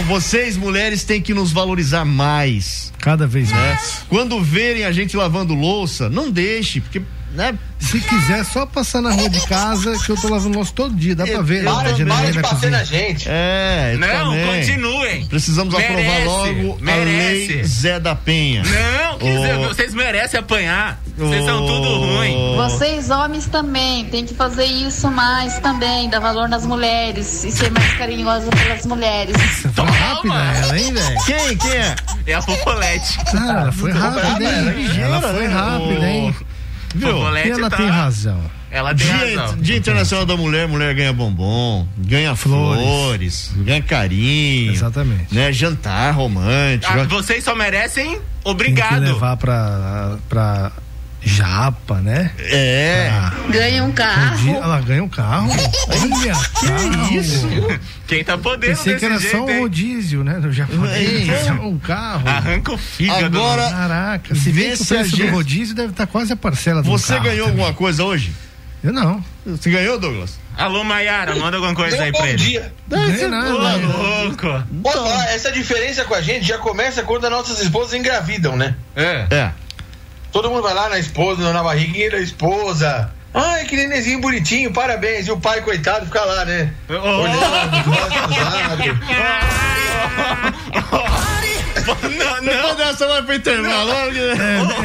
Speaker 4: vocês, mulheres, têm que nos valorizar mais. Né?
Speaker 10: Cada vez mais.
Speaker 4: Quando verem a gente lavando louça, não deixe, porque, né?
Speaker 10: Se quiser, só passar na rua de casa que eu tô lavando louça todo dia. Dá pra ver.
Speaker 4: Para-
Speaker 10: né, a
Speaker 4: para
Speaker 10: janelinha
Speaker 4: de
Speaker 10: da
Speaker 4: bater
Speaker 10: cozinha.
Speaker 4: na gente. É,
Speaker 8: Não,
Speaker 4: também.
Speaker 8: continuem.
Speaker 4: Precisamos aprovar
Speaker 8: Merece,
Speaker 4: logo a lei
Speaker 8: merece.
Speaker 4: Zé da Penha.
Speaker 8: Não, quer dizer,
Speaker 4: Ô,
Speaker 8: é, vocês merecem apanhar. Vocês são tudo ruim.
Speaker 11: Vocês homens também tem que fazer isso mais também, dar valor nas mulheres e ser mais carinhoso pelas mulheres.
Speaker 10: Toma rápida ela, hein, velho?
Speaker 4: Quem? Quem é?
Speaker 8: É a Popolete.
Speaker 10: Ah, ela foi rápida,
Speaker 8: é
Speaker 10: hein? Ela foi
Speaker 8: né?
Speaker 10: rápida, hein?
Speaker 4: Viu?
Speaker 10: E ela tem razão.
Speaker 8: Ela
Speaker 4: tem Dia, Dia Internacional da Mulher, mulher ganha bombom, ganha flores, ganha carinho. Exatamente. Né, jantar romântico.
Speaker 8: Ah, vocês só merecem
Speaker 10: Tem que
Speaker 8: obrigado.
Speaker 10: levar pra, pra japa, né?
Speaker 4: É.
Speaker 11: Ganha um
Speaker 10: Ela ganha um carro. Olha, que isso?
Speaker 8: Quem tá podendo
Speaker 10: Pensei que
Speaker 8: desse
Speaker 10: era
Speaker 8: jeito,
Speaker 10: só um
Speaker 8: hein?
Speaker 10: rodízio, né? Do japonês.
Speaker 8: Ei,
Speaker 10: Só um carro.
Speaker 8: Arranca o fígado.
Speaker 4: Agora-
Speaker 10: Caraca, se
Speaker 4: Vê
Speaker 10: vê que o
Speaker 4: se a
Speaker 10: preço
Speaker 4: gente-
Speaker 10: do rodízio deve estar quase a parcela do
Speaker 4: Você
Speaker 10: carro.
Speaker 4: ganhou alguma coisa hoje?
Speaker 10: Eu não.
Speaker 4: Você ganhou, Douglas?
Speaker 8: Alô, Maiara, manda alguma coisa
Speaker 7: Deu um
Speaker 8: aí
Speaker 7: bom
Speaker 8: pra ele.
Speaker 7: dia.
Speaker 8: Não,
Speaker 10: Não é nada, né?
Speaker 8: louco.
Speaker 7: Posso
Speaker 4: então.
Speaker 7: falar, essa diferença com a gente já começa quando as nossas esposas engravidam, né?
Speaker 8: É.
Speaker 4: É.
Speaker 7: Todo mundo vai lá na esposa, na barriguinha da esposa. Ai, que nenenzinho bonitinho, parabéns. E o pai, coitado, fica lá, né? Olhando,
Speaker 8: Não, Oh.
Speaker 4: não. dessa vai pro intervalo.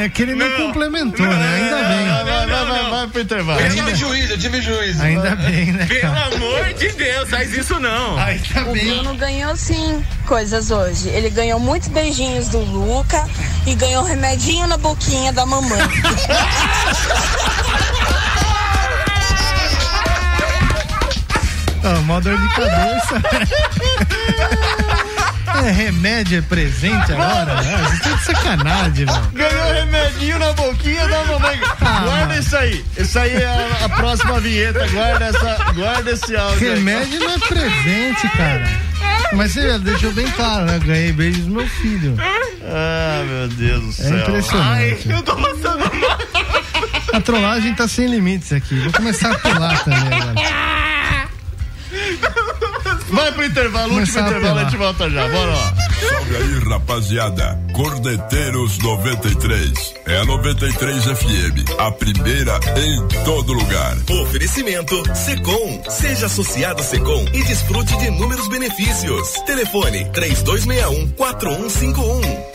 Speaker 10: É, é que ele não, complementou, né? Ainda bem.
Speaker 4: Vai, vai, vai, vai pro intervalo.
Speaker 7: Eu tive juízo, eu tive juízo.
Speaker 10: Ainda bem, né?
Speaker 8: Pelo amor de Deus, faz isso não.
Speaker 10: Tá
Speaker 17: O Bruno ganhou sim coisas hoje. Ele ganhou muitos beijinhos do Luca e ganhou um remedinho na boquinha da mamãe.
Speaker 10: Ah, mó dor de cabeça. É remédio, é presente agora? né? Você tá de sacanagem, mano.
Speaker 4: Ganhou remedinho na boquinha da mamãe. Guarda isso aí. Isso aí é a, a próxima vinheta. Guarda, essa, guarda esse áudio. aí.
Speaker 10: Remédio não é presente, cara. Mas você deixou bem claro, né? Ganhei beijos do meu filho.
Speaker 4: Ah, meu Deus do céu.
Speaker 10: impressionante.
Speaker 4: Ai,
Speaker 8: eu tô passando mal.
Speaker 10: A trollagem tá sem limites aqui. Vou começar a pular também agora.
Speaker 4: Vai pro intervalo,
Speaker 6: Começar
Speaker 4: último
Speaker 6: a
Speaker 4: intervalo, a
Speaker 6: apelar.
Speaker 4: gente volta já. Bora lá.
Speaker 6: Salve aí, rapaziada. Cordeteiros 93. É a 93 FM. A primeira em todo lugar.
Speaker 2: Oferecimento Secom. Seja associado à Secom e desfrute de inúmeros benefícios. Telefone 3261 4151.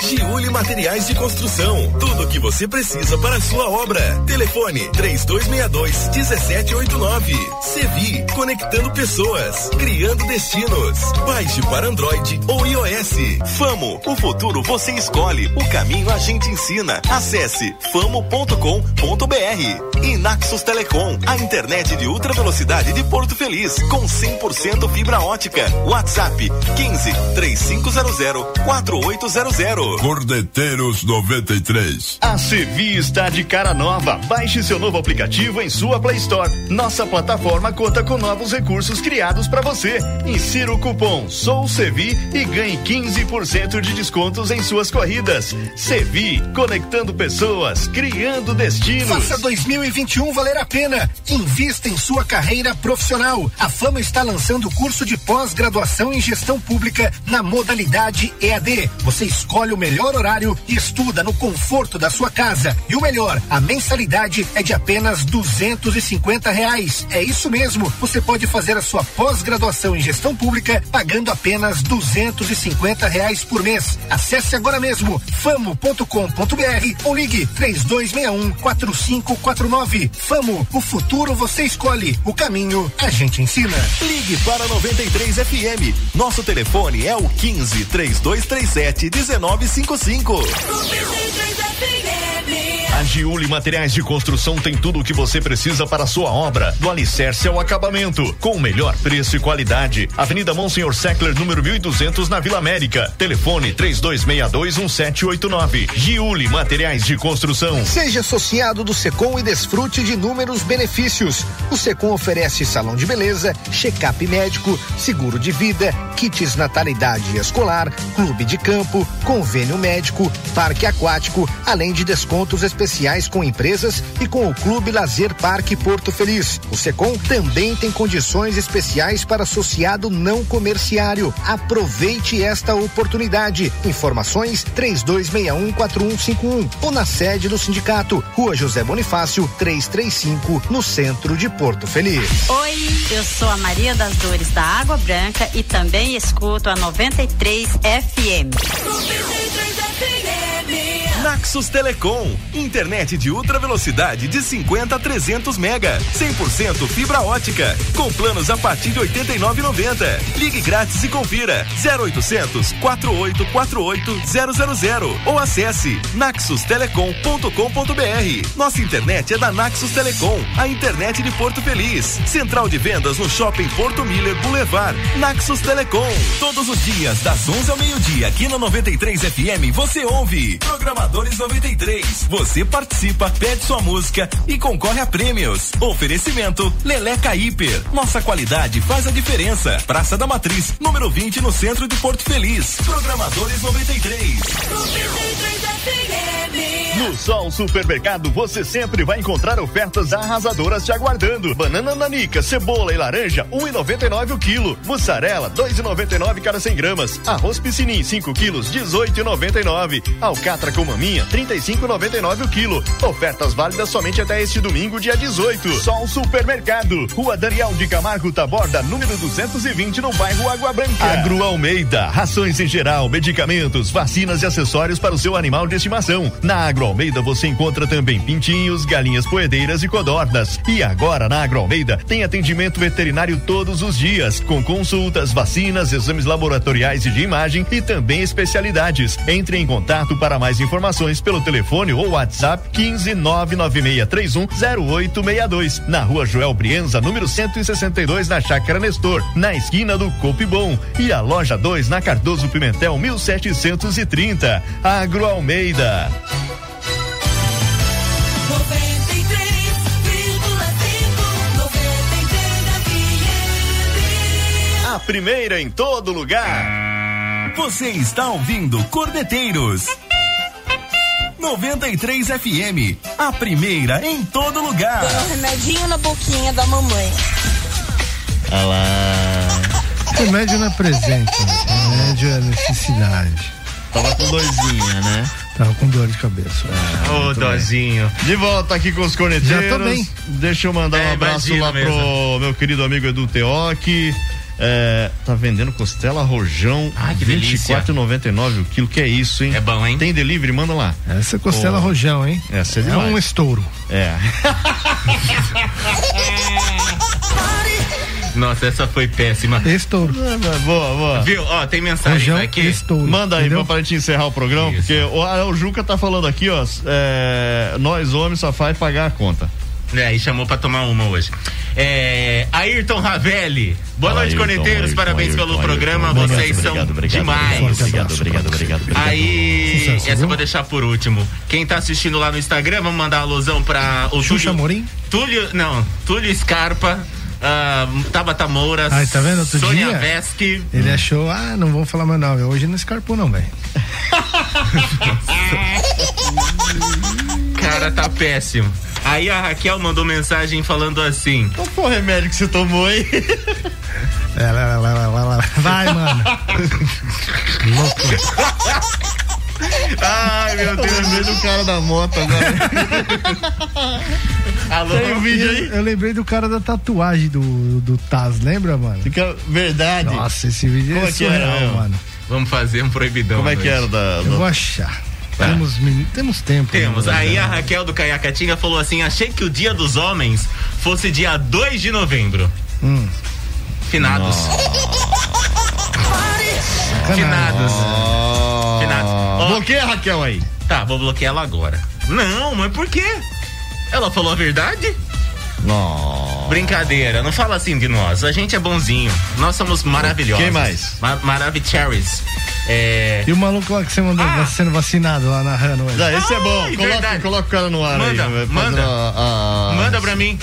Speaker 2: Giuli Materiais de Construção. Tudo o que você precisa para a sua obra. Telefone 3262 1789. Sevi, conectando pessoas, criando destinos. Baixe para Android ou iOS. Famo, o futuro você escolhe, o caminho a gente ensina. Acesse famo.com.br. E Naxos Telecom, a internet de ultra velocidade de Porto Feliz, com 100% fibra ótica. WhatsApp 15 3500 4800.
Speaker 6: Cordeteiros 93.
Speaker 12: A Sevi está de cara nova. Baixe seu novo aplicativo em sua Play Store. Nossa plataforma conta com novos recursos criados para você. Insira o cupom Sou Sevi e ganhe 15% de descontos em suas corridas. Sevi, conectando pessoas, criando destinos.
Speaker 1: Faça 2021 valer a pena. Invista em sua carreira profissional. A Fama está lançando o curso de pós-graduação em gestão pública na modalidade EAD. Você escolhe o melhor horário e estuda no conforto da sua casa. E o melhor, a mensalidade é de apenas duzentos e cinquenta reais. É isso mesmo. Você pode fazer a sua pós-graduação em gestão pública pagando apenas duzentos e cinquenta reais por mês. Acesse agora mesmo famo.com.br ou ligue 3261-4549. Famo, o futuro você escolhe, o caminho a gente ensina.
Speaker 2: Ligue para 93 FM. Nosso telefone é o 15 3237 1955.
Speaker 3: FM.
Speaker 4: A Giuli Materiais de Construção tem tudo o que você precisa para a sua obra, do alicerce ao acabamento, com o melhor preço e qualidade. Avenida Monsenhor Seckler, número 1200, na Vila América. Telefone 32621789. Giuli Materiais de Construção.
Speaker 1: Seja associado do Secom e desfrute de inúmeros benefícios. O Secom oferece salão de beleza, check-up médico, seguro de vida, kits natalidade escolar, clube de campo, convênio médico, parque aquático, além de descontos especiais com empresas e com o Clube Lazer Parque Porto Feliz. O Secom também tem condições especiais para associado não comerciário. Aproveite esta oportunidade. Informações 32614151 ou na sede do sindicato, Rua José Bonifácio, 335, no centro de Porto Feliz.
Speaker 18: Oi, eu sou a Maria das Dores da Água Branca e também escuto a 93 FM.
Speaker 2: Naxos Telecom, internet de ultra velocidade de 50 a 300 mega, 100% fibra ótica, com planos a partir de 89,90. Ligue grátis e confira 0800 4848 000 ou acesse naxustelecom.com.br. Nossa internet é da Naxos Telecom, a internet de Porto Feliz. Central de vendas no Shopping Porto Miller Boulevard. Naxos Telecom.
Speaker 19: Todos os dias, das 11 ao meio-dia, aqui na 93 FM, você ouve.
Speaker 2: Programadores 93. Você participa, pede sua música e concorre a prêmios. Oferecimento Leleca Hiper. Nossa qualidade faz a diferença. Praça da Matriz, número 20, no centro de Porto Feliz. Programadores 93.
Speaker 4: No Sol Supermercado você sempre vai encontrar ofertas arrasadoras te aguardando. Banana nanica, cebola e laranja, 1,99 o quilo. Mussarela, 2,99 cada 100 gramas. Arroz piscinim, 5 quilos, 18,99. Alcatra com maminha, 35,99 o quilo. Ofertas válidas somente até este domingo, dia 18. Sol Supermercado, Rua Daniel de Camargo Taborda, número 220, no bairro Água Branca. Agro Almeida, rações em geral, medicamentos, vacinas e acessórios para o seu animal de estimação. Na Agro Almeida você encontra também pintinhos, galinhas poedeiras e codornas. E agora na Agro Almeida tem atendimento veterinário todos os dias, com consultas, vacinas, exames laboratoriais e de imagem e também especialidades. Entre em contato para mais informações pelo telefone ou WhatsApp 15 0862 na Rua Joel Brienza, número 162, na Chácara Nestor, na esquina do Copo Bom. E a loja 2 na Cardoso Pimentel 1730. Agro Almeida.
Speaker 3: 93,5
Speaker 4: A primeira em todo lugar.
Speaker 2: Você está ouvindo Cordeteiros. 93 FM, a primeira em todo lugar.
Speaker 17: Ganhou um remedinho na boquinha da mamãe.
Speaker 20: Olha lá.
Speaker 10: Remédio não é presente, né? remédio é necessidade.
Speaker 20: Tava com dorzinha, né?
Speaker 10: Tava com dor de cabeça.
Speaker 20: Ô, Dozinho. De volta aqui com os corneteiros.
Speaker 10: Já tô bem.
Speaker 20: Deixa eu mandar
Speaker 10: É,
Speaker 20: um abraço
Speaker 10: imagino
Speaker 20: lá
Speaker 10: mesmo.
Speaker 20: pro meu querido amigo Edu Teoc. É, tá vendendo costela rojão
Speaker 8: Ai, que delícia.
Speaker 20: 24,99 o quilo. Que é isso, hein? É bom, hein? Tem delivery? Manda lá.
Speaker 10: Essa É costela rojão, hein?
Speaker 20: Essa é
Speaker 10: É
Speaker 20: demais.
Speaker 10: um estouro.
Speaker 20: É.
Speaker 8: Nossa, essa foi péssima.
Speaker 10: Estouro.
Speaker 20: Boa, boa.
Speaker 8: Viu? Ó, tem mensagem
Speaker 20: Rojão
Speaker 8: aqui.
Speaker 20: Manda aí, pra, pra gente encerrar o programa, porque o, ah, o Juca tá falando aqui, ó. é, nós homens só faz pagar a conta.
Speaker 8: É, e chamou pra tomar uma hoje. É, Ayrton Ravelli. Boa
Speaker 20: Fala,
Speaker 8: noite,
Speaker 20: Ayrton,
Speaker 8: coneteiros.
Speaker 20: Ayrton,
Speaker 8: Parabéns
Speaker 20: Ayrton,
Speaker 8: pelo
Speaker 20: Ayrton.
Speaker 8: programa.
Speaker 20: Obrigado,
Speaker 8: Vocês são
Speaker 20: obrigado, obrigado,
Speaker 8: demais.
Speaker 20: Obrigado, obrigado, obrigado, obrigado.
Speaker 8: Aí, essa eu vou deixar por último. Quem tá assistindo lá no Instagram, vamos mandar alusão pra o Xuxa Túlio,
Speaker 10: Morim?
Speaker 8: Túlio, não, Túlio Scarpa, ah, Tabata Moura,
Speaker 10: Ai, tá vendo? Outro
Speaker 8: Sônia
Speaker 10: dia,
Speaker 8: Vesque.
Speaker 10: Ele
Speaker 20: Hum.
Speaker 10: achou, ah, não vou falar mais não. Eu Hoje não escarpou não, velho.
Speaker 8: Cara, tá péssimo. Aí a Raquel mandou mensagem falando assim:
Speaker 4: Então,
Speaker 20: Qual foi o remédio que você tomou aí?
Speaker 10: É, lá, lá, lá, lá, lá, lá. Vai, mano. Louco.
Speaker 20: Ai, meu Deus, lembrei do cara da moto agora. Alô, tem um vídeo aí?
Speaker 10: Eu, eu lembrei do cara da tatuagem do, do Taz, lembra, mano?
Speaker 20: Fica verdade.
Speaker 10: Nossa, esse vídeo
Speaker 8: Como
Speaker 10: é
Speaker 8: é que era,
Speaker 10: surreal,
Speaker 8: meu?
Speaker 10: mano.
Speaker 8: Vamos fazer um proibidão.
Speaker 10: Como é
Speaker 8: hoje.
Speaker 10: que era da- Eu vou achar.
Speaker 20: É.
Speaker 10: Temos, minu- temos tempo.
Speaker 8: Temos.
Speaker 10: né,
Speaker 8: Aí
Speaker 10: mano?
Speaker 8: a Raquel do Caiacatinga falou assim: achei que o Dia dos Homens fosse dia 2 de novembro.
Speaker 10: Hum.
Speaker 8: Finados. Finados. Finados. Bloqueia
Speaker 20: a Raquel aí.
Speaker 8: Tá, vou bloquear ela agora. Não, mas por quê? Ela falou a verdade?
Speaker 4: Não.
Speaker 8: Brincadeira, não fala assim de nós. A gente é bonzinho. Nós somos maravilhosos.
Speaker 10: Quem mais?
Speaker 8: Ma Maravicheries. É.
Speaker 10: E o maluco lá que você mandou tá sendo vacinado lá na RAN hoje?
Speaker 4: Ah, esse é bom.
Speaker 8: Ah! Ai,
Speaker 4: Coloca,
Speaker 8: verdade.
Speaker 4: coloca o cara no ar
Speaker 8: Manda,
Speaker 4: aí. vai fazer
Speaker 8: manda.
Speaker 4: a- a-
Speaker 8: Manda pra mim.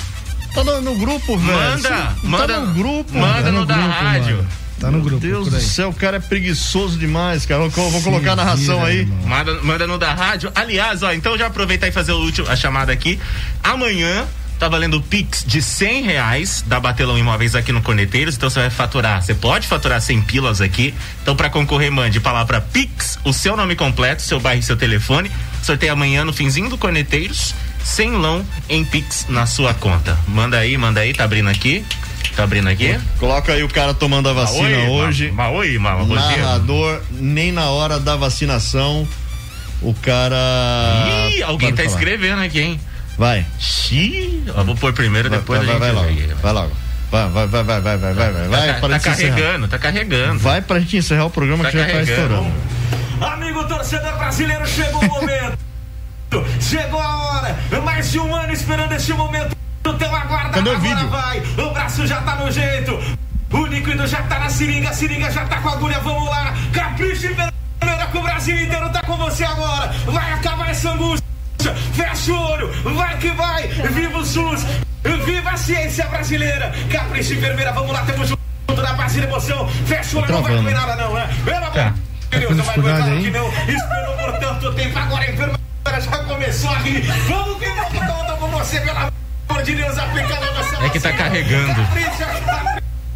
Speaker 4: Tá no, no grupo, velho.
Speaker 8: Manda,
Speaker 4: Tá
Speaker 8: manda-
Speaker 4: no grupo.
Speaker 8: manda
Speaker 4: Tá
Speaker 8: no da rádio.
Speaker 4: mano.
Speaker 10: Tá no grupo.
Speaker 4: Meu Deus
Speaker 10: por
Speaker 4: do
Speaker 10: aí.
Speaker 4: céu, o cara é preguiçoso demais, cara. Eu vou, vou colocar a narração aí.
Speaker 8: Manda, manda no da rádio. Aliás, ó, então já aproveitar e fazer o último, a chamada aqui. Amanhã tá valendo o Pix de 100 reais da Batelão Imóveis aqui no Corneteiros. Então você vai faturar. Você pode faturar 100 pilas aqui. Então pra concorrer, mande palavra Pix, o seu nome completo, seu bairro e seu telefone. Sorteio amanhã no finzinho do Corneteiros. 100 lão em Pix na sua conta. Manda aí, manda aí. Tá abrindo aqui. Tá abrindo aqui.
Speaker 4: Coloca aí o cara tomando a vacina
Speaker 8: Maoi,
Speaker 4: hoje.
Speaker 8: Ah, Ma, maoi, ma, Rogério.
Speaker 4: Narrador, nem na hora da vacinação, o cara.
Speaker 8: Ih, alguém
Speaker 4: Pode
Speaker 8: tá
Speaker 4: falar.
Speaker 8: escrevendo aqui, hein?
Speaker 4: Vai.
Speaker 8: Xiii, eu vou pôr primeiro, depois
Speaker 4: vai,
Speaker 8: a
Speaker 4: vai,
Speaker 8: gente
Speaker 4: vai
Speaker 8: vê.
Speaker 4: logo. Vai logo. Vai, vai, vai, vai, vai, vai, vai, vai.
Speaker 8: Tá-
Speaker 4: vai
Speaker 8: tá
Speaker 4: pra gente encerrar.
Speaker 8: carregando, tá carregando.
Speaker 4: Vai pra gente encerrar o programa
Speaker 8: Tá
Speaker 4: que já tá
Speaker 8: carregando.
Speaker 4: estourando.
Speaker 21: Amigo torcedor brasileiro, chegou o momento. Chegou a hora. Mais de um ano esperando este momento. O teu aguarda Cadê o vídeo? vai. O braço já tá no jeito. O líquido já tá na seringa, a seringa já tá com a agulha. Vamos lá. Capricha e Pereira que o Brasil inteiro tá com você agora. Vai acabar essa angústia. Fecha o olho. Vai que vai. Viva o SUS. Viva a ciência brasileira. Capricha e Pereira, vamos lá. Tamo junto na paz e na emoção. Fecha o olho. Não vai
Speaker 10: Travando.
Speaker 21: comer nada não, né? Pelo amor
Speaker 10: Tá.
Speaker 21: de Deus, não vai
Speaker 10: Dificuldade
Speaker 21: aguentar
Speaker 10: aí.
Speaker 21: que não. Esperou por tanto tempo, agora a enfermeira já começou a rir. Vamos que vamos, conta com você, pelo amor de Deus, aplicar na nossa
Speaker 8: É que tá carregando.
Speaker 21: Capricha,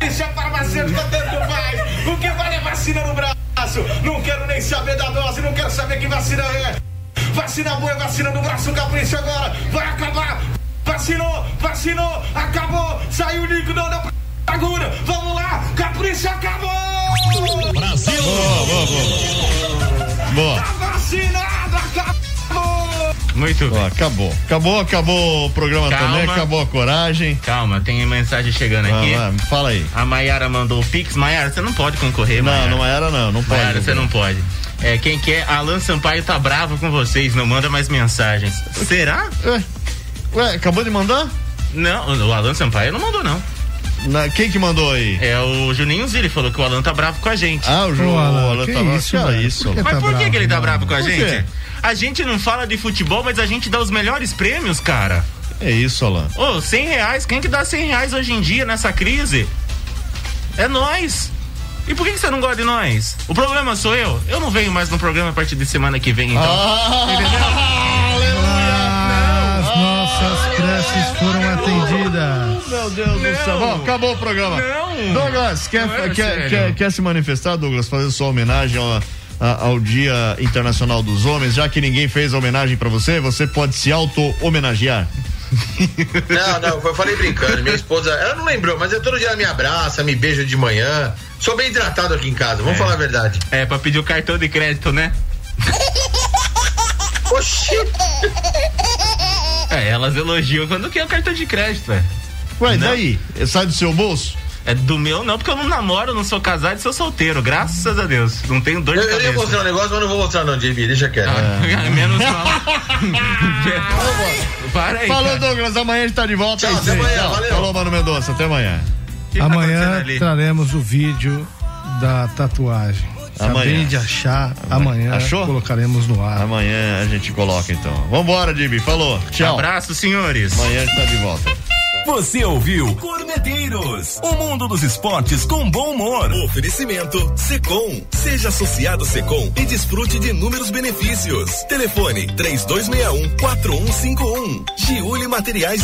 Speaker 21: capricha, é farmacêutico, tanto faz. O que vale é vacina no braço. Não quero nem saber da dose, não quero saber que vacina é. Vacina boa, é vacina no braço, capricha agora. Vai acabar. Vacinou, vacinou, acabou. Saiu o líquido da agulha. Vamos lá, capricha, acabou. Brasil.
Speaker 4: Boa, boa, boa. Boa.
Speaker 21: Tá Vacinado, acabou.
Speaker 8: Muito
Speaker 4: Ó, acabou. Acabou, acabou o programa também, acabou a coragem.
Speaker 8: Calma, tem mensagem chegando
Speaker 4: Vai,
Speaker 8: aqui.
Speaker 4: vai, fala aí.
Speaker 8: A Maiara mandou o Pix. Maiara, você não pode concorrer,
Speaker 4: Não,
Speaker 8: Maiara.
Speaker 4: não, Maiara não, não pode.
Speaker 8: Maiara, você não pode. É, quem quer, Alan Sampaio tá bravo com vocês, não manda mais mensagens. Será?
Speaker 4: Ué, ué, acabou de mandar?
Speaker 8: Não, o Alan Sampaio não mandou, não.
Speaker 4: Na- quem que mandou aí?
Speaker 8: É o Juninho Zilli, falou que o Alan tá bravo com a gente.
Speaker 4: Ah, o Ju- Ô, Alan, o Alan que tá bravo. isso, Cara, velho? isso, Por que
Speaker 8: mas
Speaker 4: tá
Speaker 8: por que,
Speaker 4: bravo,
Speaker 8: que ele tá
Speaker 4: mano?
Speaker 8: bravo com a
Speaker 4: Por
Speaker 8: gente?
Speaker 4: quê?
Speaker 8: A gente não fala de futebol, mas a gente dá os melhores prêmios, cara.
Speaker 4: É isso, Alan.
Speaker 8: Ô, 100 reais, quem que dá 100 reais hoje em dia nessa crise? É nós. E por que, que você não gosta de nós? O problema sou eu. Eu não venho mais no programa a partir de semana que vem, então.
Speaker 4: Ah.
Speaker 10: As nossas preces foram atendidas.
Speaker 4: Ah, Meu Deus do céu. Bom, acabou o programa.
Speaker 10: Não.
Speaker 4: Douglas, quer,
Speaker 10: Não era
Speaker 4: quer,
Speaker 10: sério.
Speaker 4: quer, quer se manifestar, Douglas? Fazer sua homenagem ao, a- ao Dia Internacional dos Homens, já que ninguém fez a homenagem pra você, você pode se auto-homenagear.
Speaker 7: Não, não, eu falei brincando. Minha esposa, ela não lembrou, mas eu todo dia ela me abraça, me beija de manhã. Sou bem tratado aqui em casa, vamos falar a verdade.
Speaker 8: É, pra pedir o cartão de crédito, né?
Speaker 7: Oxi!
Speaker 8: É, elas elogiam quando quer o cartão de crédito, é.
Speaker 4: Ué, daí? Sai do seu bolso?
Speaker 8: É do meu não, porque eu não namoro, não sou casado e sou solteiro, graças a Deus. Não tenho dor
Speaker 7: Eu,
Speaker 8: de
Speaker 7: eu ia
Speaker 8: cabeça. Ah,
Speaker 7: mostrar um negócio, mas não vou mostrar não, JB, deixa quieto.
Speaker 8: Menos mal. Para aí.
Speaker 4: Falou,
Speaker 8: cara.
Speaker 4: Douglas. Amanhã a gente tá de volta. Tchau, até
Speaker 10: amanhã,
Speaker 4: Valeu. Falou, Mano Mendonça. Até amanhã.
Speaker 8: tá
Speaker 10: Amanhã traremos o vídeo da tatuagem. Acabei
Speaker 4: Amanhã.
Speaker 10: de achar. Amanhã
Speaker 4: Achou?
Speaker 10: colocaremos no ar.
Speaker 4: Amanhã a gente coloca, então. Vambora, Dibi. Falou. Tchau.
Speaker 8: Abraço, senhores.
Speaker 4: Amanhã a gente tá de volta.
Speaker 5: Você ouviu Corneteiros, o mundo dos esportes com bom humor. Oferecimento Secom. Seja associado Secom e desfrute de inúmeros um, benefícios. Telefone 3261 4151. Giuli Materiais